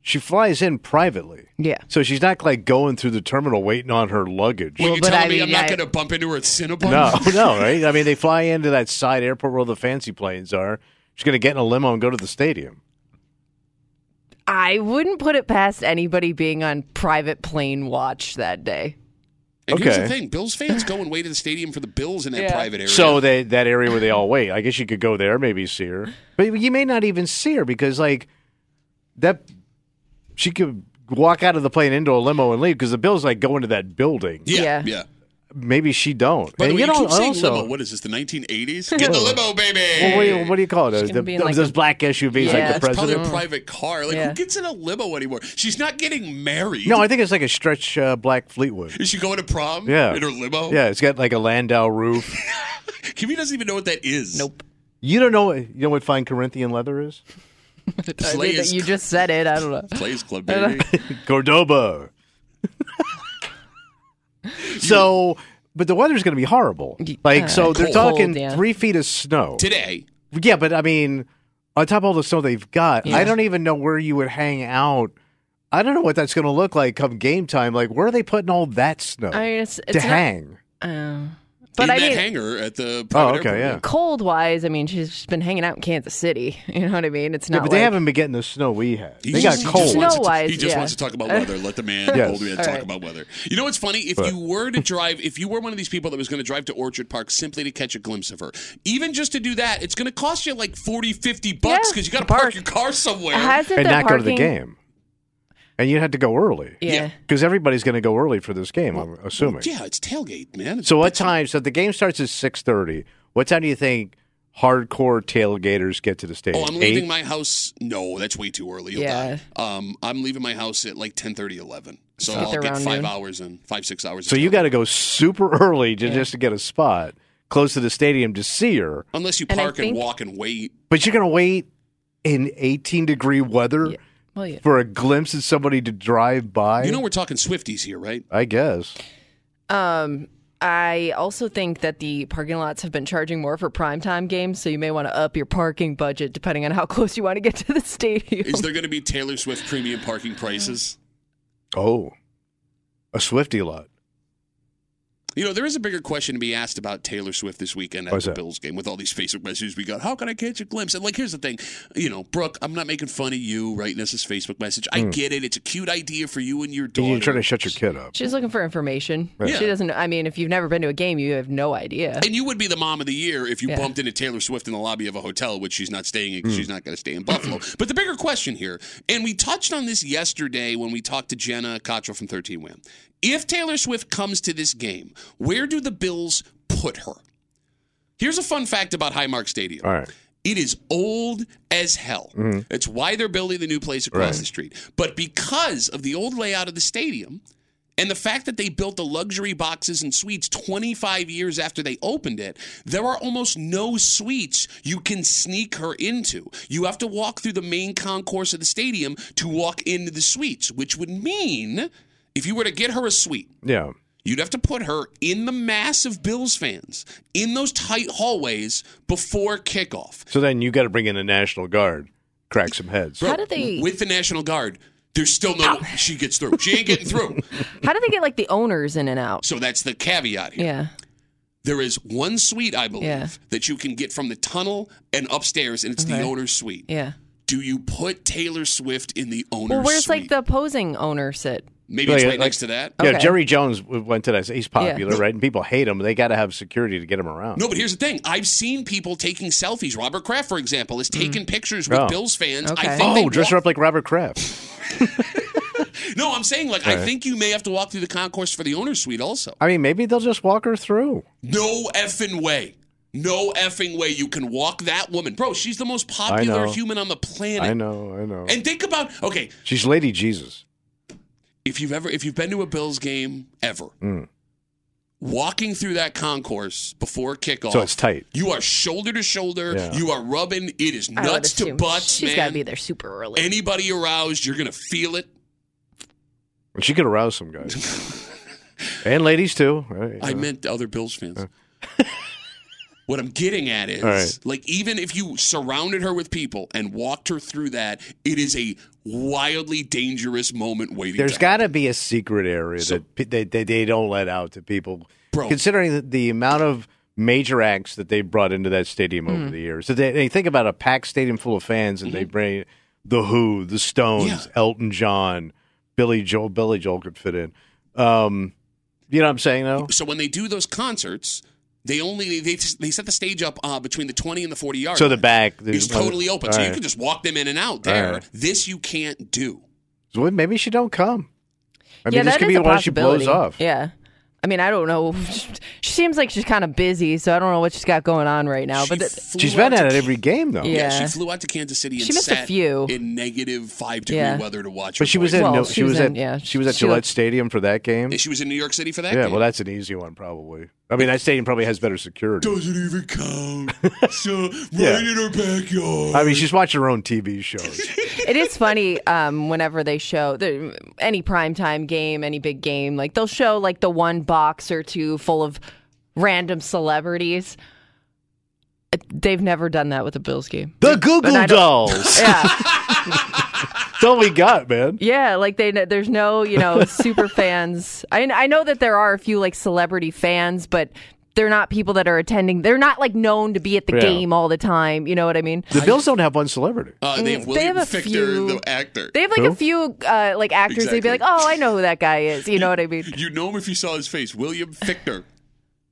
[SPEAKER 4] she flies in privately.
[SPEAKER 5] Yeah.
[SPEAKER 4] So she's not like going through the terminal waiting on her luggage.
[SPEAKER 3] Well,
[SPEAKER 5] Well,
[SPEAKER 3] you
[SPEAKER 5] but
[SPEAKER 3] telling
[SPEAKER 5] I
[SPEAKER 3] me I'm
[SPEAKER 5] mean,
[SPEAKER 3] not
[SPEAKER 5] I-
[SPEAKER 3] going to bump into her at Cinnabon?
[SPEAKER 4] no, no, right? I mean, they fly into that side airport where all the fancy planes are. She's going to get in a limo and go to the stadium.
[SPEAKER 5] I wouldn't put it past anybody being on private plane watch that day.
[SPEAKER 3] And here's the
[SPEAKER 4] Okay.
[SPEAKER 3] thing: Bills fans go and wait at the stadium for the Bills in that
[SPEAKER 5] Yeah.
[SPEAKER 3] private area.
[SPEAKER 4] So they, that area where they all wait, I guess you could go there, maybe see her. But you may not even see her because, like, that she could walk out of the plane into a limo and leave because the Bills, like, go into that building.
[SPEAKER 3] yeah, yeah.
[SPEAKER 5] Yeah.
[SPEAKER 4] Maybe she don't.
[SPEAKER 3] By the
[SPEAKER 4] and
[SPEAKER 3] way, you,
[SPEAKER 4] you know,
[SPEAKER 3] keep saying
[SPEAKER 4] also,
[SPEAKER 3] limo. What is this? The 1980s? Get the limo, baby.
[SPEAKER 4] Well, what, do you, what do you call those?
[SPEAKER 5] gonna
[SPEAKER 4] The,
[SPEAKER 5] be in, like,
[SPEAKER 4] those
[SPEAKER 5] a-
[SPEAKER 4] black SUVs,
[SPEAKER 5] Yeah,
[SPEAKER 4] like the
[SPEAKER 5] it's probably
[SPEAKER 3] Probably
[SPEAKER 4] president.
[SPEAKER 3] a private car. Like
[SPEAKER 5] Yeah.
[SPEAKER 3] who gets in a limo anymore? She's not getting married.
[SPEAKER 4] No, I think it's like a stretch uh, black Fleetwood.
[SPEAKER 3] is she going to prom?
[SPEAKER 4] Yeah,
[SPEAKER 3] in her limo.
[SPEAKER 4] Yeah, it's got like a Landau roof.
[SPEAKER 3] Kimmy doesn't even know what that is. Nope.
[SPEAKER 4] you don't know. You know what fine Corinthian leather is?
[SPEAKER 5] I
[SPEAKER 3] Play
[SPEAKER 5] mean,
[SPEAKER 3] is
[SPEAKER 5] you just said it. I don't know.
[SPEAKER 3] Plays Club, baby.
[SPEAKER 4] Cordoba. so, but the weather's going to be horrible. Like, so they're
[SPEAKER 3] Cold.
[SPEAKER 4] talking
[SPEAKER 5] uh, Cold, yeah.
[SPEAKER 4] three feet of snow.
[SPEAKER 3] Today,
[SPEAKER 4] yeah, but I mean, on top of all the snow they've got,
[SPEAKER 5] Yeah.
[SPEAKER 4] I don't even know where you would hang out I don't know what that's going to look like come game time. Like, where are they putting all that snow
[SPEAKER 5] I mean, it's, it's
[SPEAKER 4] to
[SPEAKER 5] not-
[SPEAKER 4] hang?
[SPEAKER 5] Oh. but
[SPEAKER 3] in that
[SPEAKER 5] I mean,
[SPEAKER 3] hangar at the
[SPEAKER 4] Oh,
[SPEAKER 3] private
[SPEAKER 4] okay,
[SPEAKER 3] airport.
[SPEAKER 4] yeah.
[SPEAKER 5] cold wise, I mean, she's just been hanging out in Kansas City. You know what I mean? It's
[SPEAKER 4] Yeah,
[SPEAKER 5] not.
[SPEAKER 4] but
[SPEAKER 5] like,
[SPEAKER 4] they haven't been getting the snow we had.
[SPEAKER 3] He
[SPEAKER 4] They
[SPEAKER 3] just- he just
[SPEAKER 4] got cold.
[SPEAKER 3] wants to-
[SPEAKER 5] Snow-wise,
[SPEAKER 3] he just
[SPEAKER 5] yeah.
[SPEAKER 3] wants to talk about weather. Let the man,
[SPEAKER 4] Yes.
[SPEAKER 3] old man,
[SPEAKER 5] All
[SPEAKER 3] talk
[SPEAKER 5] right.
[SPEAKER 3] about weather. You know what's funny? If
[SPEAKER 4] But-
[SPEAKER 3] you were to drive, if you were one of these people that was going to drive to Orchard Park simply to catch a glimpse of her, even just to do that, it's going to cost you like 40, 50 bucks
[SPEAKER 5] Yeah.
[SPEAKER 3] because you got to park.
[SPEAKER 5] Park.
[SPEAKER 3] your car somewhere.
[SPEAKER 5] Hasn't
[SPEAKER 4] and
[SPEAKER 5] the
[SPEAKER 4] not go to the
[SPEAKER 5] parking-
[SPEAKER 4] game. And you had to go early
[SPEAKER 5] Yeah.
[SPEAKER 4] because everybody's going to go early for this game. I'm assuming.
[SPEAKER 3] yeah, it's tailgate, man. It's
[SPEAKER 4] So what
[SPEAKER 3] bitchin'.
[SPEAKER 4] time? So the game starts at six thirty. What time do you think hardcore tailgaters get to the stadium?
[SPEAKER 3] Oh, I'm leaving my house. No, that's way too early. You'll
[SPEAKER 5] Yeah.
[SPEAKER 3] die. Um, I'm leaving my house at like 10, 11. So
[SPEAKER 5] Get there
[SPEAKER 3] I'll get
[SPEAKER 5] around
[SPEAKER 3] five
[SPEAKER 5] noon.
[SPEAKER 3] hours in, five, six hours.
[SPEAKER 4] So you got to go super early to, just to get a spot close to the stadium to see her.
[SPEAKER 3] Unless you
[SPEAKER 5] And I
[SPEAKER 3] park and,
[SPEAKER 5] think-
[SPEAKER 3] walk and wait.
[SPEAKER 4] But you're going to wait in 18 degree weather
[SPEAKER 5] Yeah. Well, yeah.
[SPEAKER 4] for a glimpse of somebody to drive by.
[SPEAKER 3] You know we're talking Swifties here, right?
[SPEAKER 4] I guess.
[SPEAKER 5] Um, I also think that the parking lots have been charging more for primetime games, so you may want to up your parking budget depending on how close you want to get to the stadium.
[SPEAKER 3] Is there going to be Taylor Swift premium parking prices?
[SPEAKER 4] Oh, a Swifty lot.
[SPEAKER 3] You know, there is a bigger question to be asked about Taylor Swift this weekend at
[SPEAKER 4] What's
[SPEAKER 3] the
[SPEAKER 4] that?
[SPEAKER 3] Bills game with all these Facebook messages we got. How can I catch a glimpse? And like, here's the thing, you know, Brooke, I'm not making fun of you writing us this Facebook message. I get it; it's a cute idea for you and your daughter.
[SPEAKER 4] You're trying Hmm. to shut your kid up.
[SPEAKER 5] She's looking for information.
[SPEAKER 3] Yeah.
[SPEAKER 5] She doesn't. I mean, if you've never been to a game, you have no idea.
[SPEAKER 3] And you would be the mom of the year if you
[SPEAKER 5] Yeah.
[SPEAKER 3] bumped into Taylor Swift in the lobby of a hotel, which she's not staying. in She's not going to stay in Buffalo. but the bigger question here, and we touched on this yesterday when we talked to Jenna Cottrell from 13 Win. If Taylor Swift comes to this game, where do the Bills put her? Here's a fun fact about Highmark Stadium.
[SPEAKER 4] All right.
[SPEAKER 3] It is old as hell. It's why they're building the new place across
[SPEAKER 4] Right.
[SPEAKER 3] the street. But because of the old layout of the stadium and the fact that they built the luxury boxes and suites 25 years after they opened it, there are almost no suites you can sneak her into. You have to walk through the main concourse of the stadium to walk into the suites, which would mean if you were to get her a suite,
[SPEAKER 4] Yeah.
[SPEAKER 3] You'd have to put her in the mass of Bills fans in those tight hallways before kickoff.
[SPEAKER 4] So then you got to bring in a National Guard, crack some heads.
[SPEAKER 5] How do they?
[SPEAKER 3] With the National Guard, there's still no she gets through. She ain't getting through.
[SPEAKER 5] How do they get like the owners in and out?
[SPEAKER 3] So that's the caveat here.
[SPEAKER 5] Yeah.
[SPEAKER 3] There is one suite, I believe,
[SPEAKER 5] Yeah.
[SPEAKER 3] that you can get from the tunnel and upstairs, and it's the
[SPEAKER 5] Okay.
[SPEAKER 3] owner's suite.
[SPEAKER 5] Yeah.
[SPEAKER 3] Do you put Taylor Swift in the owner's
[SPEAKER 5] Well, where's
[SPEAKER 3] suite?
[SPEAKER 5] like the opposing owner sit?
[SPEAKER 3] Maybe it's
[SPEAKER 4] Like-
[SPEAKER 3] right next to that.
[SPEAKER 4] Yeah,
[SPEAKER 5] Okay.
[SPEAKER 4] Jerry Jones w- went to that. He's popular,
[SPEAKER 5] Yeah.
[SPEAKER 4] right? And people hate him. They got to have security to get him around.
[SPEAKER 3] No, but here's the thing. I've seen people taking selfies. Robert Kraft, for example, has taken pictures with
[SPEAKER 4] Oh.
[SPEAKER 3] Bills fans. I
[SPEAKER 5] Mm. Okay.
[SPEAKER 3] think they
[SPEAKER 4] oh, dress her
[SPEAKER 3] walk-
[SPEAKER 4] up like Robert Kraft.
[SPEAKER 3] No, I'm saying like I think you may have to walk through the concourse for the owner's suite also.
[SPEAKER 4] I mean, maybe they'll just walk her through.
[SPEAKER 3] No effing way. No effing way you can walk that woman. Bro, she's the most popular
[SPEAKER 4] know.
[SPEAKER 3] human on the planet.
[SPEAKER 4] I know, I know.
[SPEAKER 3] And think about okay,
[SPEAKER 4] She's Lady Jesus.
[SPEAKER 3] if you've ever if you've been to a Bills game ever,
[SPEAKER 4] Mm.
[SPEAKER 3] walking through that concourse before kickoff.
[SPEAKER 4] So it's tight.
[SPEAKER 3] You are shoulder to shoulder.
[SPEAKER 4] Yeah.
[SPEAKER 3] You are rubbing. It is
[SPEAKER 5] I would
[SPEAKER 3] nuts to
[SPEAKER 5] assume
[SPEAKER 3] butts,
[SPEAKER 5] She's
[SPEAKER 3] man.
[SPEAKER 5] got to be there super early.
[SPEAKER 3] Anybody aroused, you're gonna feel it.
[SPEAKER 4] But she could arouse some guys. and ladies, too. Right?
[SPEAKER 3] I meant other Bills fans. what I'm getting at is,
[SPEAKER 4] All right.
[SPEAKER 3] like, even if you surrounded her with people and walked her through that, it is a wildly dangerous moment waiting.
[SPEAKER 4] There's
[SPEAKER 3] to
[SPEAKER 4] got
[SPEAKER 3] happen.
[SPEAKER 4] to be a secret area
[SPEAKER 3] So-
[SPEAKER 4] that pe- they, they, they don't let out to people.
[SPEAKER 3] Bro.
[SPEAKER 4] Considering the, the amount of major acts that they brought into that stadium
[SPEAKER 5] Mm-hmm.
[SPEAKER 4] over the years. So they, they think about a packed stadium full of fans and they bring The Who, The Stones,
[SPEAKER 3] Mm-hmm. Yeah.
[SPEAKER 4] Elton John, Billy Joel. Billy Joel could fit in. Um, you know what I'm saying, though?
[SPEAKER 3] So when they do those concerts, they only they they set the stage up uh, between the 20 and the 40 yard.
[SPEAKER 4] So the back
[SPEAKER 3] is totally open, so
[SPEAKER 4] All
[SPEAKER 3] you
[SPEAKER 4] right.
[SPEAKER 3] can just walk them in and out there.
[SPEAKER 4] right.
[SPEAKER 3] This you can't do.
[SPEAKER 4] Well, maybe she don't come. I mean,
[SPEAKER 5] yeah,
[SPEAKER 4] this
[SPEAKER 5] that
[SPEAKER 4] could be
[SPEAKER 5] is a
[SPEAKER 4] why she blows
[SPEAKER 5] possibility.
[SPEAKER 4] off.
[SPEAKER 5] Yeah. I mean, I don't know. she seems like she's kind of busy, so I don't know what she's got going on right now. but
[SPEAKER 3] She
[SPEAKER 5] th-
[SPEAKER 3] flew
[SPEAKER 4] She's been
[SPEAKER 3] out to
[SPEAKER 4] at it
[SPEAKER 3] Can-
[SPEAKER 4] every game though.
[SPEAKER 3] Yeah.
[SPEAKER 5] Yeah.
[SPEAKER 3] she flew out to Kansas City and
[SPEAKER 5] She missed a
[SPEAKER 3] sat
[SPEAKER 5] few.
[SPEAKER 3] in negative five degree
[SPEAKER 5] Yeah.
[SPEAKER 3] weather to watch.
[SPEAKER 4] But
[SPEAKER 3] her
[SPEAKER 4] she was
[SPEAKER 3] play.
[SPEAKER 4] in.
[SPEAKER 5] Well,
[SPEAKER 4] no,
[SPEAKER 5] she
[SPEAKER 4] she was
[SPEAKER 5] was
[SPEAKER 4] at.
[SPEAKER 5] in- yeah,
[SPEAKER 4] She was at
[SPEAKER 5] she
[SPEAKER 4] Gillette
[SPEAKER 5] was-
[SPEAKER 4] Stadium for that game.
[SPEAKER 3] she was in New York City for that.
[SPEAKER 4] yeah.
[SPEAKER 3] game.
[SPEAKER 4] Well, that's an easy one probably. I mean, that stadium probably has better security.
[SPEAKER 3] doesn't even count. so right
[SPEAKER 4] Yeah.
[SPEAKER 3] in her backyard.
[SPEAKER 4] I mean, she's watching her own TV shows.
[SPEAKER 5] it is funny um, whenever they show the, any primetime game, any big game, like they'll show like the one box or two full of random celebrities. It- They've never done that with a Bills game.
[SPEAKER 4] the
[SPEAKER 5] But
[SPEAKER 4] Google
[SPEAKER 5] I don't-
[SPEAKER 4] Dolls.
[SPEAKER 5] Yeah.
[SPEAKER 4] That's all we got, man.
[SPEAKER 5] Yeah, like they there's no you know super fans. I I know that there are a few like celebrity fans, but they're not people that are attending. They're not like known to be at the
[SPEAKER 4] Yeah.
[SPEAKER 5] game all the time. You know what I mean?
[SPEAKER 4] The Bills don't have one celebrity.
[SPEAKER 3] Uh, they have
[SPEAKER 5] They
[SPEAKER 3] William
[SPEAKER 5] have a
[SPEAKER 3] Fichtner,
[SPEAKER 5] few-
[SPEAKER 3] the actor.
[SPEAKER 5] They have like
[SPEAKER 4] Who?
[SPEAKER 5] a few uh, like actors. They'd be like,
[SPEAKER 3] Exactly.
[SPEAKER 5] oh, I know who that guy is. You know what I mean?
[SPEAKER 3] you know him if you saw his face. William Fichtner.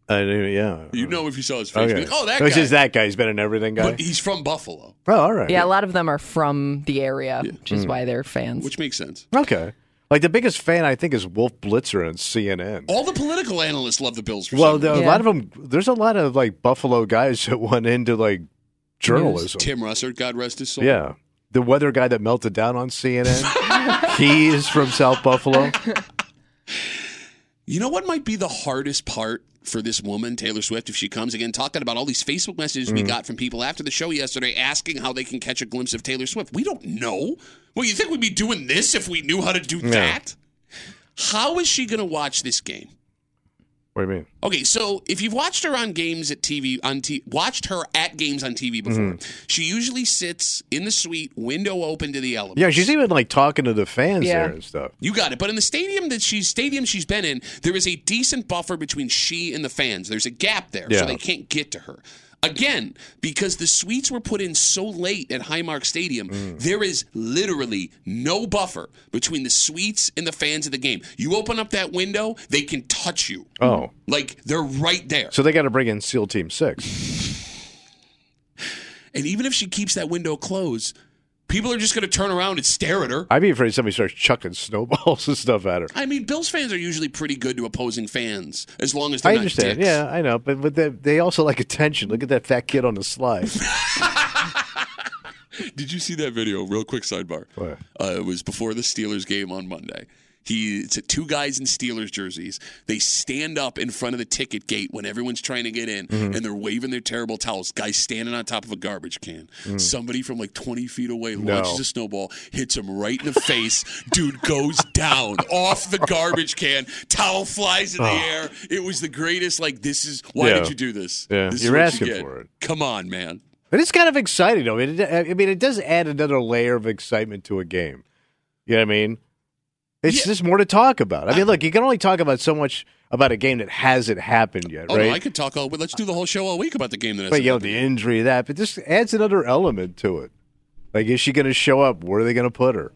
[SPEAKER 4] I do, yeah.
[SPEAKER 3] You know if you saw his face.
[SPEAKER 4] Uh, Okay.
[SPEAKER 3] You'd be like, oh, that
[SPEAKER 4] So
[SPEAKER 3] guy.
[SPEAKER 4] It's just that guy. He's been in everything, guy.
[SPEAKER 3] But he's from Buffalo,
[SPEAKER 4] oh, all right. Mm.
[SPEAKER 5] Yeah, a lot of them are from the area,
[SPEAKER 3] Yeah.
[SPEAKER 5] which is why they're fans.
[SPEAKER 3] which makes sense.
[SPEAKER 4] Okay. Like the biggest fan I think is Wolf Blitzer on CNN.
[SPEAKER 3] All the political analysts love the Bills. For
[SPEAKER 4] well,
[SPEAKER 3] some
[SPEAKER 4] the, a
[SPEAKER 5] Yeah.
[SPEAKER 4] lot of them. There's a lot of like Buffalo guys that went into like journalism.
[SPEAKER 3] reason. Tim Russert, God rest his soul.
[SPEAKER 4] Yeah, the weather guy that melted down on CNN. he is from South Buffalo.
[SPEAKER 3] You know what might be the hardest part for this woman, Taylor Swift, if she comes again, talking about all these Facebook messages we got from people after the show yesterday asking how they can catch a glimpse of Taylor Swift? We don't know. Well, you think we'd be doing this if we knew how to do that? How is she going to watch this game?
[SPEAKER 4] What do you mean?
[SPEAKER 3] Okay, so if you've watched her on games at TV on t- watched her at games on TV before, she usually sits in the suite, window open to the elements.
[SPEAKER 4] Yeah, she's even like talking to the fans
[SPEAKER 5] Yeah.
[SPEAKER 4] there and stuff.
[SPEAKER 3] You got it. But in the stadium that she's stadium she's been in, there is a decent buffer between she and the fans. There's a gap there,
[SPEAKER 4] Yeah.
[SPEAKER 3] so they can't get to her. Again, because the suites were put in so late at Highmark Stadium,
[SPEAKER 4] Mm.
[SPEAKER 3] there is literally no buffer between the suites and the fans of the game. You open up that window, they can touch you.
[SPEAKER 4] Oh,
[SPEAKER 3] Like they're right there.
[SPEAKER 4] so they got to bring in SEAL Team Six.
[SPEAKER 3] and even if she keeps that window closed, people are just going to turn around and stare at her.
[SPEAKER 4] I'd be afraid somebody starts chucking snowballs and stuff at her.
[SPEAKER 3] I mean, Bills fans are usually pretty good to opposing fans as long as they're
[SPEAKER 4] I
[SPEAKER 3] not
[SPEAKER 4] understand.
[SPEAKER 3] dicks.
[SPEAKER 4] Yeah, I know, but but they, they also like attention. Look at that fat kid on the slide.
[SPEAKER 3] Did you see that video? Real quick sidebar.
[SPEAKER 4] What?
[SPEAKER 3] Uh, it was before the Steelers game on Monday. He, it's two guys in Steelers jerseys. They stand up in front of the ticket gate when everyone's trying to get in,
[SPEAKER 4] Mm-hmm.
[SPEAKER 3] and they're waving their terrible towels. Guys standing on top of a garbage can.
[SPEAKER 4] Mm.
[SPEAKER 3] Somebody from like 20 feet away launches a snowball, hits him right in the face. Dude goes down off the garbage can. Towel flies in the air. It was the greatest. Like this is why
[SPEAKER 4] Ah. Yeah.
[SPEAKER 3] did you do this?
[SPEAKER 4] Yeah.
[SPEAKER 3] This is
[SPEAKER 4] You're
[SPEAKER 3] what you
[SPEAKER 4] asking
[SPEAKER 3] get.
[SPEAKER 4] for it.
[SPEAKER 3] Come on, man.
[SPEAKER 4] But it's kind of exciting, though. It, I mean, it does add another layer of excitement to a game. You know what I mean? It's
[SPEAKER 3] Yeah.
[SPEAKER 4] just more to talk about. I mean, look, you can only talk about so much about a game that hasn't happened yet,
[SPEAKER 3] Oh,
[SPEAKER 4] right?
[SPEAKER 3] no, I could talk all. Let's do the whole show all week about the game that.
[SPEAKER 4] but
[SPEAKER 3] hasn't
[SPEAKER 4] you know,
[SPEAKER 3] happened
[SPEAKER 4] the
[SPEAKER 3] yet.
[SPEAKER 4] injury, that, but this adds another element to it. Like, is she going to show up? Where are they going to put her?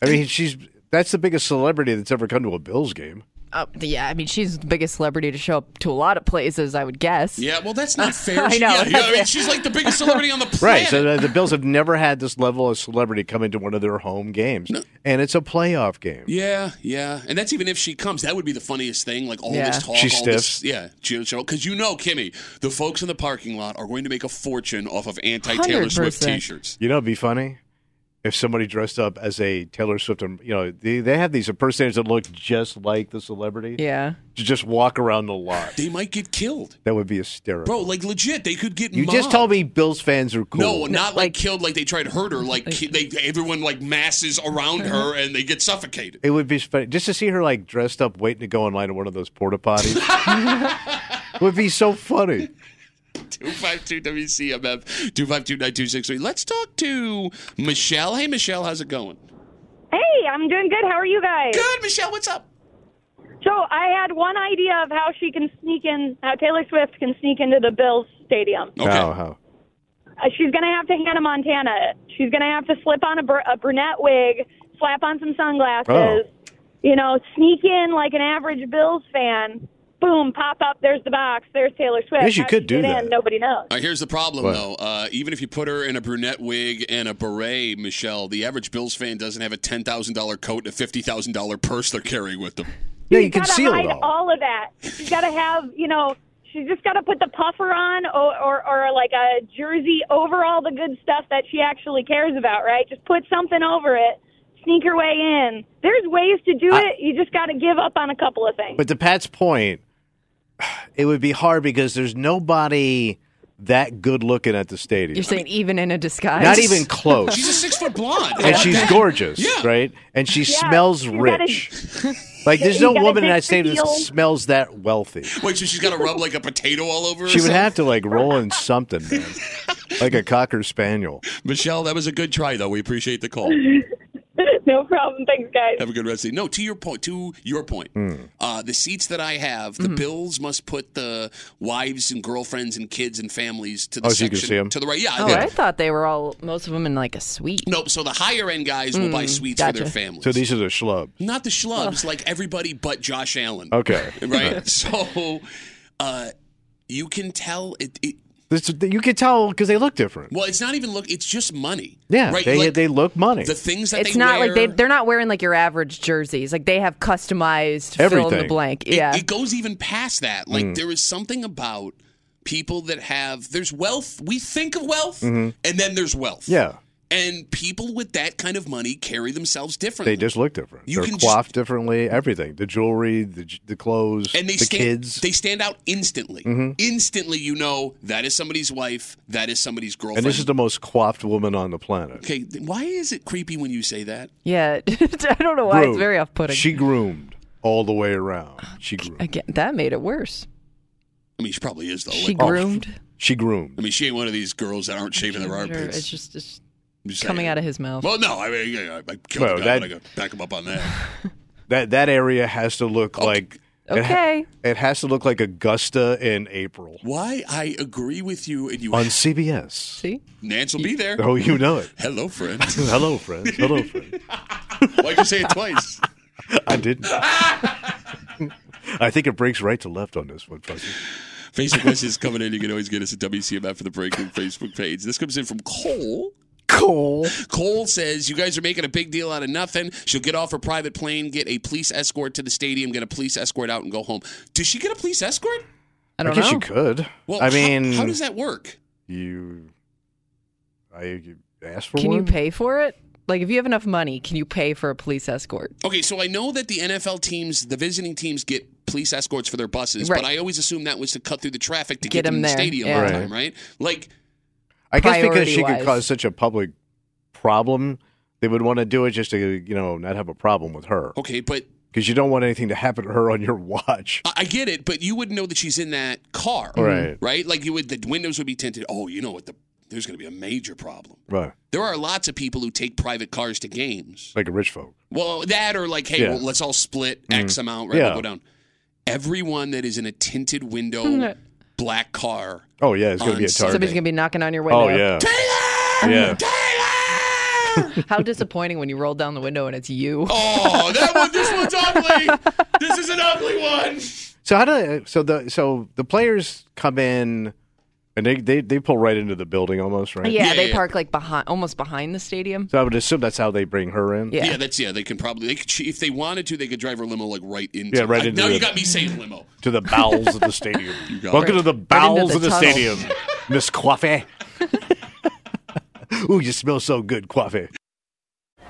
[SPEAKER 4] I mean, she's that's the biggest celebrity that's ever come to a Bills game.
[SPEAKER 5] Uh, yeah, I mean, she's the biggest celebrity to show up to a lot of places, I would guess.
[SPEAKER 3] Yeah, well, that's not fair.
[SPEAKER 5] I
[SPEAKER 3] She-
[SPEAKER 5] know.
[SPEAKER 3] Yeah, yeah, I mean, she's like the biggest celebrity on the planet.
[SPEAKER 4] Right. So the, the Bills have never had this level of celebrity come into one of their home games, and it's a playoff game.
[SPEAKER 3] yeah, yeah, and that's even if she comes. That would be the funniest thing. Like all
[SPEAKER 5] Yeah.
[SPEAKER 3] this talk,
[SPEAKER 4] She
[SPEAKER 3] all
[SPEAKER 4] stiffs.
[SPEAKER 3] this, yeah, because you know, Kimmy, the folks in the parking lot are going to make a fortune off of anti-Taylor Swift
[SPEAKER 5] 100%.
[SPEAKER 3] T-shirts.
[SPEAKER 4] You know, it'd be funny if somebody dressed up as a Taylor Swift. um, You know, they, they have these impersonators that look just like the celebrity.
[SPEAKER 5] Yeah.
[SPEAKER 4] To just walk around the lot,
[SPEAKER 3] They might get killed,
[SPEAKER 4] that would be hysterical.
[SPEAKER 3] bro. Like legit, they could get.
[SPEAKER 4] you just
[SPEAKER 3] mobbed.
[SPEAKER 4] told me Bills fans are cool.
[SPEAKER 3] No, not like killed. Like they tried to hurt her. Like ki- they, everyone like masses around
[SPEAKER 5] Uh-huh.
[SPEAKER 3] her and they get suffocated.
[SPEAKER 4] It would be sp- just to see her like dressed up, waiting to go in line at one of those porta potties. would be so funny.
[SPEAKER 3] 252 WCMF 252 Let's talk to Michelle. Hey, Michelle, how's it going?
[SPEAKER 12] Hey, I'm doing good. How are you guys?
[SPEAKER 3] Good, Michelle. What's up?
[SPEAKER 12] So I had one idea of how she can sneak in, how Taylor Swift can sneak into the Bills stadium.
[SPEAKER 3] Okay.
[SPEAKER 4] How, how?
[SPEAKER 12] Uh, she's going to have to Hannah Montana it. She's going to have to slip on a, br- a brunette wig, slap on some sunglasses,
[SPEAKER 4] Oh.
[SPEAKER 12] you know, sneak in like an average Bills fan. Boom, pop up. There's the box. There's Taylor Swift.
[SPEAKER 4] Yes, you
[SPEAKER 12] How
[SPEAKER 4] could
[SPEAKER 12] she
[SPEAKER 4] do
[SPEAKER 12] get
[SPEAKER 4] that.
[SPEAKER 12] In, nobody knows.
[SPEAKER 3] Uh, here's the problem,
[SPEAKER 4] What?
[SPEAKER 3] though. Uh, even if you put her in a brunette wig and a beret, Michelle, the average Bills fan doesn't have a ten thousand dollar coat and a fifty thousand dollar purse they're carrying with them.
[SPEAKER 4] Yeah, you
[SPEAKER 12] She's gotta
[SPEAKER 4] conceal
[SPEAKER 12] hide
[SPEAKER 4] it all.
[SPEAKER 12] of that. She's got to have, you know, she's just got to put the puffer on or, or, or like a jersey over all the good stuff that she actually cares about, right? Just put something over it, sneak her way in. There's ways to do
[SPEAKER 4] I-
[SPEAKER 12] it. You just got to give up on a couple of things.
[SPEAKER 4] But to Pat's point, it would be hard because there's nobody that good looking at the stadium.
[SPEAKER 5] You're saying even in a disguise?
[SPEAKER 4] Not even close.
[SPEAKER 3] She's a six foot blonde,
[SPEAKER 4] and she's gorgeous, right? And she
[SPEAKER 12] Yeah,
[SPEAKER 4] smells
[SPEAKER 12] you gotta-
[SPEAKER 4] rich. like there's
[SPEAKER 12] you
[SPEAKER 4] no
[SPEAKER 12] gotta
[SPEAKER 4] woman in
[SPEAKER 12] dig
[SPEAKER 4] that state
[SPEAKER 12] the
[SPEAKER 4] that
[SPEAKER 12] heel.
[SPEAKER 4] smells that wealthy.
[SPEAKER 3] Wait, so she's got to rub like a potato all over.
[SPEAKER 4] She would
[SPEAKER 3] herself?
[SPEAKER 4] have to like roll in something, man. like a cocker spaniel.
[SPEAKER 3] Michelle, that was a good try, though. We appreciate the call.
[SPEAKER 12] no problem. Thanks, guys.
[SPEAKER 3] Have a good rest of the No, to your point. To your point.
[SPEAKER 4] Hmm.
[SPEAKER 3] Uh, the seats that I have,
[SPEAKER 5] Hmm.
[SPEAKER 3] the bills must put the wives and girlfriends and kids and families to the
[SPEAKER 4] Oh, so you
[SPEAKER 3] section
[SPEAKER 4] can see 'em?
[SPEAKER 3] to the right. Yeah.
[SPEAKER 5] Oh,
[SPEAKER 3] yeah.
[SPEAKER 5] I thought they were all most of them in like a suite.
[SPEAKER 3] Nope. So the higher end guys will buy
[SPEAKER 5] Mm,
[SPEAKER 3] suites for their
[SPEAKER 5] gotcha.
[SPEAKER 3] families.
[SPEAKER 4] So these are the schlubs.
[SPEAKER 3] Not the schlubs, like everybody but Josh Allen.
[SPEAKER 4] Okay.
[SPEAKER 3] Right. so uh, you can tell it, it.
[SPEAKER 4] This, you can tell because they look different.
[SPEAKER 3] Well, it's not even look. It's just money.
[SPEAKER 4] Yeah,
[SPEAKER 3] Right.
[SPEAKER 4] they
[SPEAKER 3] like,
[SPEAKER 4] they look money.
[SPEAKER 3] the things that
[SPEAKER 5] It's
[SPEAKER 3] they
[SPEAKER 5] not
[SPEAKER 3] wear,
[SPEAKER 5] like they they're not wearing like your average jerseys. Like they have customized fill in the
[SPEAKER 3] Everything.
[SPEAKER 5] blank.
[SPEAKER 3] It-
[SPEAKER 5] Yeah.
[SPEAKER 3] It, goes even past that. Like
[SPEAKER 4] Mm.
[SPEAKER 3] there is something about people that have there's wealth. We think of wealth,
[SPEAKER 4] Mhm.
[SPEAKER 3] and then there's wealth.
[SPEAKER 4] yeah,
[SPEAKER 3] And people with that kind of money carry themselves differently.
[SPEAKER 4] they just look different.
[SPEAKER 3] You
[SPEAKER 4] They're
[SPEAKER 3] can
[SPEAKER 4] coiffed differently. Everything. The jewelry, the j- the clothes,
[SPEAKER 3] and they
[SPEAKER 4] the
[SPEAKER 3] stand,
[SPEAKER 4] kids.
[SPEAKER 3] They stand out instantly.
[SPEAKER 4] Mhm.
[SPEAKER 3] Instantly, you know that is somebody's wife. That is somebody's girlfriend.
[SPEAKER 4] and this is the most coiffed woman on the planet.
[SPEAKER 3] okay. th- Why is it creepy when you say that?
[SPEAKER 5] Yeah. I don't know why Oh, it's
[SPEAKER 4] Groomed.
[SPEAKER 5] very Oh, off putting.
[SPEAKER 4] She groomed all the way around. She groomed.
[SPEAKER 5] Again, that made it worse.
[SPEAKER 3] I mean, she probably is though.
[SPEAKER 5] She
[SPEAKER 3] Like, oh,
[SPEAKER 5] groomed.
[SPEAKER 4] She groomed.
[SPEAKER 3] I mean, she ain't one of these girls that aren't shaving their
[SPEAKER 5] Or
[SPEAKER 3] armpits.
[SPEAKER 5] It's just it's
[SPEAKER 3] I'm just
[SPEAKER 5] coming
[SPEAKER 3] saying.
[SPEAKER 5] out of his mouth.
[SPEAKER 3] Well, no, I mean, yeah, I I killed
[SPEAKER 4] Well,
[SPEAKER 3] the guy,
[SPEAKER 4] that-
[SPEAKER 3] but I got to back him up on that.
[SPEAKER 4] That that area has to look like it ha-
[SPEAKER 5] Okay.
[SPEAKER 4] It has to look like Augusta in April
[SPEAKER 3] Why I agree with you, and you
[SPEAKER 4] on CBS.
[SPEAKER 5] See?
[SPEAKER 3] Nance will be there.
[SPEAKER 4] Oh, you know it.
[SPEAKER 3] Hello, friend.
[SPEAKER 4] Hello, friends. Hello, friends.
[SPEAKER 3] Why'd you say it twice?
[SPEAKER 4] I didn't. I think it breaks right to left on this one, Fuzzy.
[SPEAKER 3] Facebook messages coming in. You can always get us at WCMF for the Breaking Facebook page. This comes in from Cole.
[SPEAKER 4] Cole.
[SPEAKER 3] Cole says, You guys are making a big deal out of nothing. She'll get off her private plane, get a police escort to the stadium, get a police escort out, and go home. Does she get a police escort?
[SPEAKER 5] I don't
[SPEAKER 4] guess
[SPEAKER 5] know.
[SPEAKER 4] you could.
[SPEAKER 3] Well,
[SPEAKER 4] I
[SPEAKER 3] how-
[SPEAKER 4] mean,
[SPEAKER 3] how, does that work?
[SPEAKER 4] You, I you asked for
[SPEAKER 5] Can
[SPEAKER 4] one.
[SPEAKER 5] you pay for it? Like if you have enough money, can you pay for a police escort?
[SPEAKER 3] Okay, so I know that the NFL teams, the visiting teams, get police escorts for their buses,
[SPEAKER 5] Right.
[SPEAKER 3] but I always assumed that was to cut through the traffic to
[SPEAKER 5] Get
[SPEAKER 3] get, them
[SPEAKER 5] them
[SPEAKER 3] in the
[SPEAKER 5] there,
[SPEAKER 3] stadium
[SPEAKER 5] yeah.
[SPEAKER 3] on
[SPEAKER 4] Right.
[SPEAKER 3] time, right? Like,
[SPEAKER 4] I guess because she could
[SPEAKER 5] priority-wise?
[SPEAKER 4] cause such a public problem, they would want to do it just to you know not have a problem with her
[SPEAKER 5] Oh.
[SPEAKER 3] okay, but
[SPEAKER 4] because you don't want anything to happen to her on your watch.
[SPEAKER 3] I- I get it, but you wouldn't know that she's in that car,
[SPEAKER 4] Right.
[SPEAKER 3] Right? Like you would, the windows would be tinted. Oh, you know what? The there's going to be a major problem.
[SPEAKER 4] Right,
[SPEAKER 3] There are lots of people who take private cars to games.
[SPEAKER 4] like a rich folk.
[SPEAKER 3] Well, that or like, hey,
[SPEAKER 4] Yeah. Mm-hmm.
[SPEAKER 3] well, let's all split X amount, right?
[SPEAKER 4] Yeah.
[SPEAKER 3] We'll go down. Everyone that is in a tinted window, black car.
[SPEAKER 4] Oh yeah, it's gonna be a
[SPEAKER 3] On
[SPEAKER 4] target.
[SPEAKER 5] Somebody's gonna be knocking on your window.
[SPEAKER 4] oh yeah, yeah.
[SPEAKER 5] How disappointing when you roll down the window and it's you.
[SPEAKER 3] Oh, that one. This one's ugly. This is an ugly one.
[SPEAKER 4] So how do so the so the players come in and they they, they pull right into the building almost right?
[SPEAKER 5] Yeah,
[SPEAKER 3] Yeah,
[SPEAKER 5] they
[SPEAKER 3] yeah.
[SPEAKER 5] park like behind, almost behind the stadium.
[SPEAKER 4] So I would assume that's how they bring her in.
[SPEAKER 5] Yeah.
[SPEAKER 3] Yeah, that's yeah. They can probably they could, she- if they wanted to, they could drive her limo like right into.
[SPEAKER 4] Yeah, right
[SPEAKER 3] I-
[SPEAKER 4] into
[SPEAKER 3] Now
[SPEAKER 4] the-
[SPEAKER 3] you got me saying limo.
[SPEAKER 4] to the bowels of the stadium.
[SPEAKER 3] got
[SPEAKER 4] Welcome to
[SPEAKER 5] it.
[SPEAKER 4] the
[SPEAKER 5] Right into
[SPEAKER 4] bowels
[SPEAKER 5] the
[SPEAKER 4] of the
[SPEAKER 5] tunnel.
[SPEAKER 4] stadium, Miss Coffee. Ooh, you smell so good, Coffee.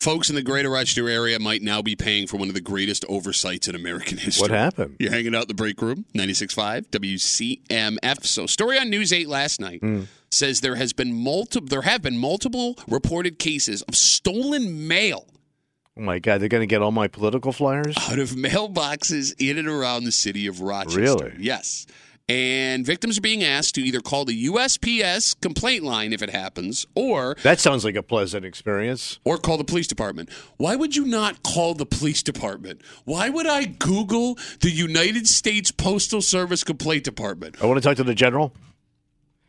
[SPEAKER 3] Folks in the greater Rochester area might now be paying for one of the greatest oversights in American history.
[SPEAKER 4] What happened?
[SPEAKER 3] You're hanging out in the break room, 96.5 WCMF. So, story on News 8 last night
[SPEAKER 4] Hmm.
[SPEAKER 3] says there has been multiple there have been multiple reported cases of stolen mail
[SPEAKER 4] Oh my God, they're going to get all my political flyers?
[SPEAKER 3] out of mailboxes in and around the city of Rochester.
[SPEAKER 4] Really?
[SPEAKER 3] Yes. And victims are being asked to either call the USPS complaint line if it happens or
[SPEAKER 4] That sounds like a pleasant experience.
[SPEAKER 3] or call the police department. Why would you not call the police department? Why would I Google the United States Postal Service complaint department?
[SPEAKER 4] I want to talk to the general.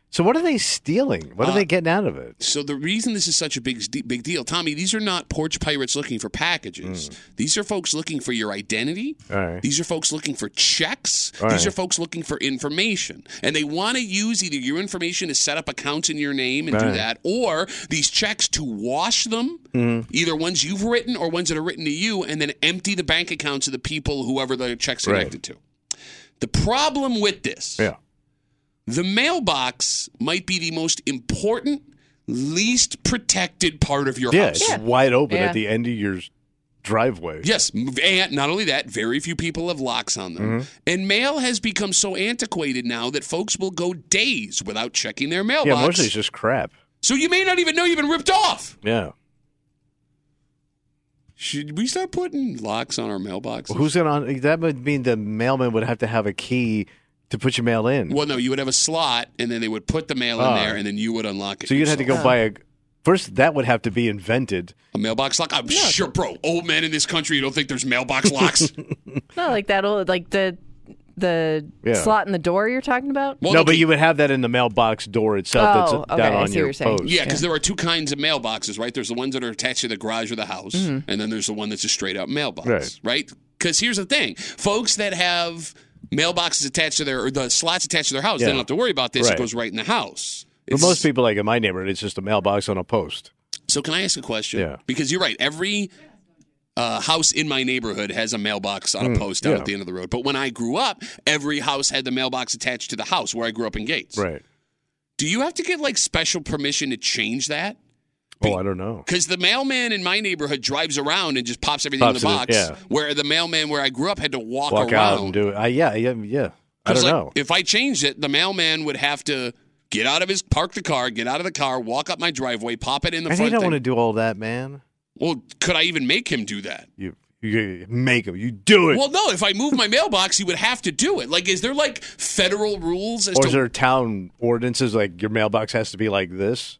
[SPEAKER 4] So, what are they stealing? What are
[SPEAKER 3] Uh,
[SPEAKER 4] they getting out of it?
[SPEAKER 3] So the reason this is such a big big deal, Tommy, these are not porch pirates looking for packages. These are folks looking for your identity.
[SPEAKER 4] All right.
[SPEAKER 3] These are folks looking for checks.
[SPEAKER 4] All
[SPEAKER 3] These
[SPEAKER 4] right.
[SPEAKER 3] are folks looking for information. And they want to use either your information to set up accounts in your name and do
[SPEAKER 4] Right.
[SPEAKER 3] that, or these checks to wash them,
[SPEAKER 4] Mm.
[SPEAKER 3] either ones you've written or ones that are written to you, and then empty the bank accounts of the people, whoever the check's
[SPEAKER 4] Right.
[SPEAKER 3] connected to. The problem with this
[SPEAKER 4] Yeah.
[SPEAKER 3] the mailbox might be the most important, least protected part of your
[SPEAKER 4] yeah,
[SPEAKER 3] house.
[SPEAKER 4] it's wide open at the end of your driveway.
[SPEAKER 3] Yes, and not only that, very few people have locks on them.
[SPEAKER 4] Mhm.
[SPEAKER 3] And mail has become so antiquated now that folks will go days without checking their mailbox.
[SPEAKER 4] Yeah, mostly it's just crap.
[SPEAKER 3] so you may not even know you've been ripped off.
[SPEAKER 4] Yeah.
[SPEAKER 3] Should we start putting locks on our mailboxes?
[SPEAKER 4] Well, who's going to. That would mean the mailman would have to have a key to put your mail in.
[SPEAKER 3] Well, no, you would have a slot, and then they would put the mail in
[SPEAKER 4] Ah.
[SPEAKER 3] there, and then you would unlock it.
[SPEAKER 4] so, you'd have to go
[SPEAKER 3] yourself.
[SPEAKER 4] buy a. First, that would have to be invented.
[SPEAKER 3] a mailbox lock. I'm sure, bro. Old men in this country, you don't think there's mailbox locks?
[SPEAKER 5] No, like that old, like the the
[SPEAKER 4] Yeah.
[SPEAKER 5] slot in the door you're talking about.
[SPEAKER 4] no, but you would have that in the mailbox door itself
[SPEAKER 5] Oh,
[SPEAKER 4] that's
[SPEAKER 5] okay,
[SPEAKER 4] down
[SPEAKER 5] I
[SPEAKER 4] on
[SPEAKER 5] see what
[SPEAKER 4] your
[SPEAKER 5] you're saying.
[SPEAKER 4] post.
[SPEAKER 3] Yeah, because there are two kinds of mailboxes, right? There's the ones that are attached to the garage or the house,
[SPEAKER 4] Mhm.
[SPEAKER 3] and then there's the one that's a straight up
[SPEAKER 4] Right.
[SPEAKER 3] mailbox, right? Because here's the thing folks that have mailboxes attached to their, or the slots attached to their house,
[SPEAKER 4] Yeah.
[SPEAKER 3] they don't have to worry about this.
[SPEAKER 4] Right.
[SPEAKER 3] It goes right in the house.
[SPEAKER 4] For most people, like in my neighborhood, it's just a mailbox on a post.
[SPEAKER 3] So, can I ask a question?
[SPEAKER 4] Yeah.
[SPEAKER 3] Because you're right. Every uh, house in my neighborhood has a mailbox on
[SPEAKER 4] Mm,
[SPEAKER 3] a post down
[SPEAKER 4] yeah.
[SPEAKER 3] at the end of the road. But when I grew up, every house had the mailbox attached to the house where I grew up in Gates.
[SPEAKER 4] Right.
[SPEAKER 3] Do you have to get like special permission to change that?
[SPEAKER 4] Oh, I don't know.
[SPEAKER 3] Because the mailman in my neighborhood drives around and just pops everything
[SPEAKER 4] Pops
[SPEAKER 3] in
[SPEAKER 4] it
[SPEAKER 3] the
[SPEAKER 4] in,
[SPEAKER 3] box.
[SPEAKER 4] yeah.
[SPEAKER 3] Where the mailman where I grew up had to walk,
[SPEAKER 4] Walk
[SPEAKER 3] around.
[SPEAKER 4] out and do it. I, yeah, yeah, yeah. I
[SPEAKER 3] 'Cause,
[SPEAKER 4] don't
[SPEAKER 3] like,
[SPEAKER 4] know.
[SPEAKER 3] If I changed it, the mailman would have to get out of his park the car, get out of the car, walk up my driveway, pop it in the
[SPEAKER 4] And you
[SPEAKER 3] front.
[SPEAKER 4] don't
[SPEAKER 3] thing.
[SPEAKER 4] want to do all that, man.
[SPEAKER 3] well, could I even make him do that?
[SPEAKER 4] You, you make them. You do it.
[SPEAKER 3] Well, no. If I move my mailbox, he would have to do it. Like, is there like federal rules as
[SPEAKER 4] or
[SPEAKER 3] to
[SPEAKER 4] is there town ordinances like your mailbox has to be like this?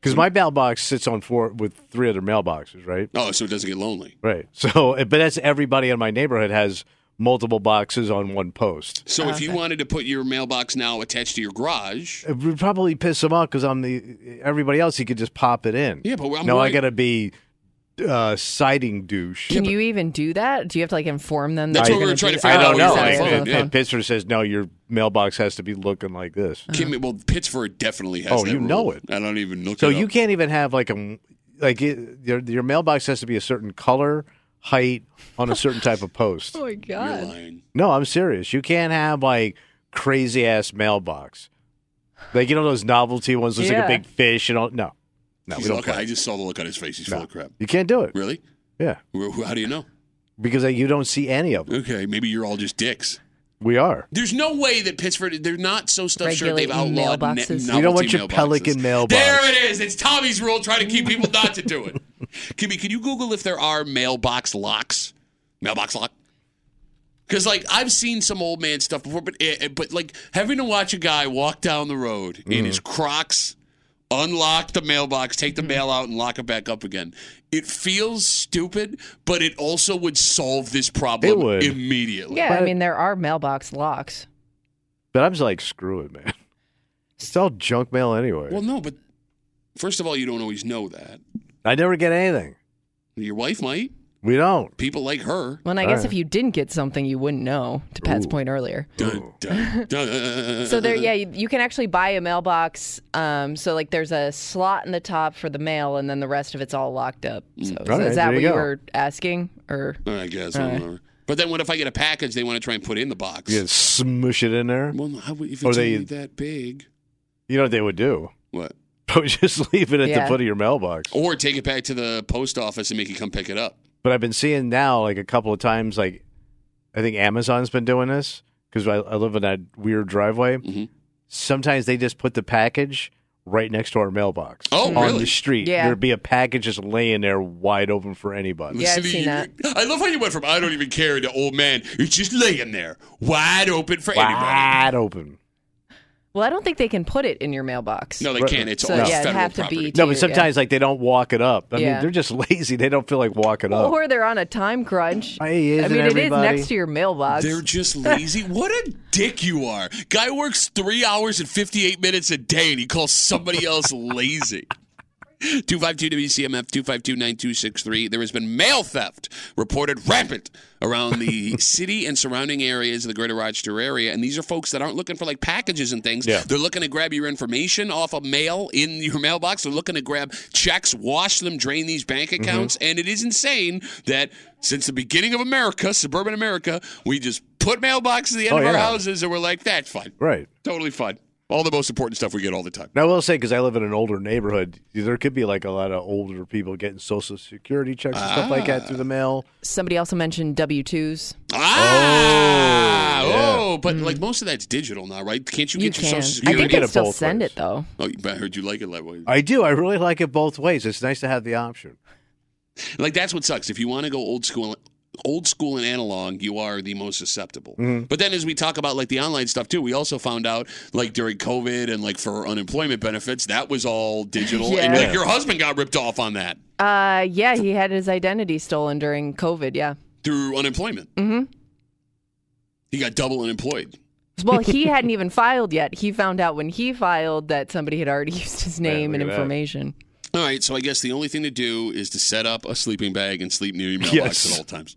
[SPEAKER 4] Because my mailbox sits on four with three other mailboxes, right?
[SPEAKER 3] oh, so it doesn't get lonely.
[SPEAKER 4] Right. So, but that's everybody in my neighborhood has multiple boxes on one post.
[SPEAKER 3] So if you wanted to put your mailbox now attached to your garage,
[SPEAKER 4] It would probably piss him off because I'm the everybody else. He could just pop it in.
[SPEAKER 3] Yeah, but I'm
[SPEAKER 4] now I
[SPEAKER 3] worried-
[SPEAKER 4] gotta be uh, siding douche.
[SPEAKER 5] Can you even do that? Do you have to like inform them?
[SPEAKER 3] That's
[SPEAKER 5] that
[SPEAKER 3] what
[SPEAKER 5] you're
[SPEAKER 3] we were
[SPEAKER 5] gonna
[SPEAKER 3] trying
[SPEAKER 5] do
[SPEAKER 3] to
[SPEAKER 5] that?
[SPEAKER 4] I
[SPEAKER 3] figure out.
[SPEAKER 4] don't
[SPEAKER 3] Oh,
[SPEAKER 4] know.
[SPEAKER 3] he's on the
[SPEAKER 4] Like,
[SPEAKER 3] phone.
[SPEAKER 4] and Pittsburgh says no. Your mailbox has to be looking like this.
[SPEAKER 3] Kim, well, Pittsburgh definitely has.
[SPEAKER 4] Oh,
[SPEAKER 3] that
[SPEAKER 4] you know
[SPEAKER 3] rule.
[SPEAKER 4] it.
[SPEAKER 3] I don't even look.
[SPEAKER 4] So
[SPEAKER 3] it up.
[SPEAKER 4] you can't even have like a like it, your your mailbox has to be a certain color, height on a certain type of post.
[SPEAKER 5] Oh my god!
[SPEAKER 4] No, I'm serious. You can't have like crazy ass mailbox. Like you know those novelty ones, looks
[SPEAKER 3] Yeah.
[SPEAKER 4] like a big fish and all. No, no,
[SPEAKER 3] He's
[SPEAKER 4] we don't.
[SPEAKER 3] okay,
[SPEAKER 4] play.
[SPEAKER 3] I just saw the look on his face. He's full of crap.
[SPEAKER 4] You can't do it.
[SPEAKER 3] Really?
[SPEAKER 4] Yeah,
[SPEAKER 3] Wh- wh- How do you know?
[SPEAKER 4] because like, you don't see any of them.
[SPEAKER 3] Okay, maybe you're all just dicks.
[SPEAKER 4] We are.
[SPEAKER 3] There's no way that Pittsburgh, they're not so stuffed sure they've
[SPEAKER 4] Regulating
[SPEAKER 3] outlawed ne-
[SPEAKER 4] mailboxes. You
[SPEAKER 3] novelty
[SPEAKER 4] don't want your
[SPEAKER 3] mailboxes.
[SPEAKER 4] pelican mailbox.
[SPEAKER 3] There it is. It's Tommy's rule trying to keep people not to do it. Kimmy, can you Google if there are mailbox locks? Mailbox lock? Because, like, I've seen some old man stuff before, but, eh, eh, but like, having to watch a guy walk down the road in
[SPEAKER 4] Mhm.
[SPEAKER 3] his Crocs, unlock the mailbox, take
[SPEAKER 4] Mm.
[SPEAKER 3] the mail out, and lock it back up again. It feels stupid, but it also would solve this problem
[SPEAKER 4] It would.
[SPEAKER 3] immediately.
[SPEAKER 5] Yeah, I mean there are mailbox locks.
[SPEAKER 4] But I'm just like, screw it, man. It's all junk mail anyway.
[SPEAKER 3] Well, no, but first of all, you don't always know that.
[SPEAKER 4] I never get anything.
[SPEAKER 3] Your wife might.
[SPEAKER 4] We don't.
[SPEAKER 3] People like her.
[SPEAKER 5] Well, and I guess if you didn't get something, you wouldn't know. To Pat's point earlier.
[SPEAKER 3] Dun, dun, dun.
[SPEAKER 5] So there, yeah, you, you can actually buy a mailbox. Um, so like, there's a slot in the top for the mail, and then the rest of it's all locked up. So,
[SPEAKER 3] Mm.
[SPEAKER 5] so
[SPEAKER 3] All right,
[SPEAKER 5] is that
[SPEAKER 3] there
[SPEAKER 5] what
[SPEAKER 3] you
[SPEAKER 5] you
[SPEAKER 3] go.
[SPEAKER 5] were asking, or
[SPEAKER 3] I guess.
[SPEAKER 5] All
[SPEAKER 3] I
[SPEAKER 5] right.
[SPEAKER 3] don't know. But then, what if I get a package they want to try and put in the box?
[SPEAKER 4] You just smush it in there.
[SPEAKER 3] Well, no, how, would- if
[SPEAKER 4] Or
[SPEAKER 3] it's
[SPEAKER 4] they-
[SPEAKER 3] only that big,
[SPEAKER 4] You know what they would do?
[SPEAKER 3] What?
[SPEAKER 4] just leave it at
[SPEAKER 3] Yeah.
[SPEAKER 4] the foot of your mailbox.
[SPEAKER 3] Or take it back to the post office and make you come pick it up.
[SPEAKER 4] But I've been seeing now, like a couple of times, like I think Amazon's been doing this because I, I live in that weird driveway.
[SPEAKER 3] Mm-hmm.
[SPEAKER 4] Sometimes they just put the package right next to our mailbox.
[SPEAKER 3] Oh,
[SPEAKER 4] on
[SPEAKER 3] really?
[SPEAKER 4] the street,
[SPEAKER 3] Yeah.
[SPEAKER 4] there'd be a package just laying there, wide open for anybody.
[SPEAKER 3] I love how you went from I don't even care to old man. It's just laying there, wide open for anybody.
[SPEAKER 4] Wide open.
[SPEAKER 5] Well, I don't think they can put it in your mailbox.
[SPEAKER 3] No, they
[SPEAKER 4] Right.
[SPEAKER 3] can't. It's
[SPEAKER 5] So,
[SPEAKER 3] all
[SPEAKER 5] yeah, it'd
[SPEAKER 3] federal
[SPEAKER 5] have to
[SPEAKER 3] property.
[SPEAKER 5] be to
[SPEAKER 4] No,
[SPEAKER 5] your-
[SPEAKER 4] but sometimes like they don't walk it up. I
[SPEAKER 5] Yeah.
[SPEAKER 4] mean, they're just lazy. They don't feel like walking up.
[SPEAKER 5] Or they're on a time crunch. I
[SPEAKER 4] isn't
[SPEAKER 5] mean, it is
[SPEAKER 4] everybody?
[SPEAKER 5] next to your mailbox.
[SPEAKER 3] They're just lazy. what a dick you are. Guy works three hours and 58 minutes a day and he calls somebody else lazy. 252 WCMF 252 9263. There has been mail theft reported rampant around the city and surrounding areas of the greater Rochester area. And these are folks that aren't looking for like packages and things.
[SPEAKER 4] Yeah.
[SPEAKER 3] They're looking to grab your information off of mail in your mailbox. They're looking to grab checks, wash them, drain these bank
[SPEAKER 4] Mm-hmm.
[SPEAKER 3] accounts. And it is insane that since the beginning of America, suburban America, we just put mailboxes at the end
[SPEAKER 4] Oh,
[SPEAKER 3] of our
[SPEAKER 4] yeah.
[SPEAKER 3] houses and we're like, that's fun.
[SPEAKER 4] Right.
[SPEAKER 3] Totally fun. All the most important stuff we get all the time.
[SPEAKER 4] Now, I will say, because I live in an older neighborhood, there could be like a lot of older people getting social security checks and stuff like that through the mail.
[SPEAKER 5] Somebody also mentioned W twos.
[SPEAKER 3] Ah, oh,
[SPEAKER 4] yeah.
[SPEAKER 3] but like most of that's digital now, right? Can't you
[SPEAKER 5] Mm. You
[SPEAKER 3] get your
[SPEAKER 5] can.
[SPEAKER 3] social
[SPEAKER 5] I
[SPEAKER 3] security?
[SPEAKER 5] think they still send it though.
[SPEAKER 3] Oh, but I heard you like it that way.
[SPEAKER 4] I do. I really like it both ways. It's nice to have the option.
[SPEAKER 3] Like that's what sucks. If you want to go old school, old school and analog, you are the most susceptible.
[SPEAKER 5] Mm-hmm.
[SPEAKER 4] Mhm.
[SPEAKER 3] But then, as we talk about like the online stuff too, we also found out like during COVID and like for unemployment benefits, that was all digital. And
[SPEAKER 5] Yeah.
[SPEAKER 3] like your husband got ripped off on that
[SPEAKER 5] Uh, yeah, he had his identity stolen during COVID. Yeah.
[SPEAKER 3] through unemployment.
[SPEAKER 5] hmm
[SPEAKER 3] He got double unemployed.
[SPEAKER 5] Well, he hadn't even filed yet. He found out when he filed that somebody had already used his name
[SPEAKER 3] look
[SPEAKER 5] and
[SPEAKER 3] at that.
[SPEAKER 5] information.
[SPEAKER 3] All right, so I guess the only thing to do is to set up a sleeping bag and sleep near your mailbox
[SPEAKER 2] Yes.
[SPEAKER 3] at all times.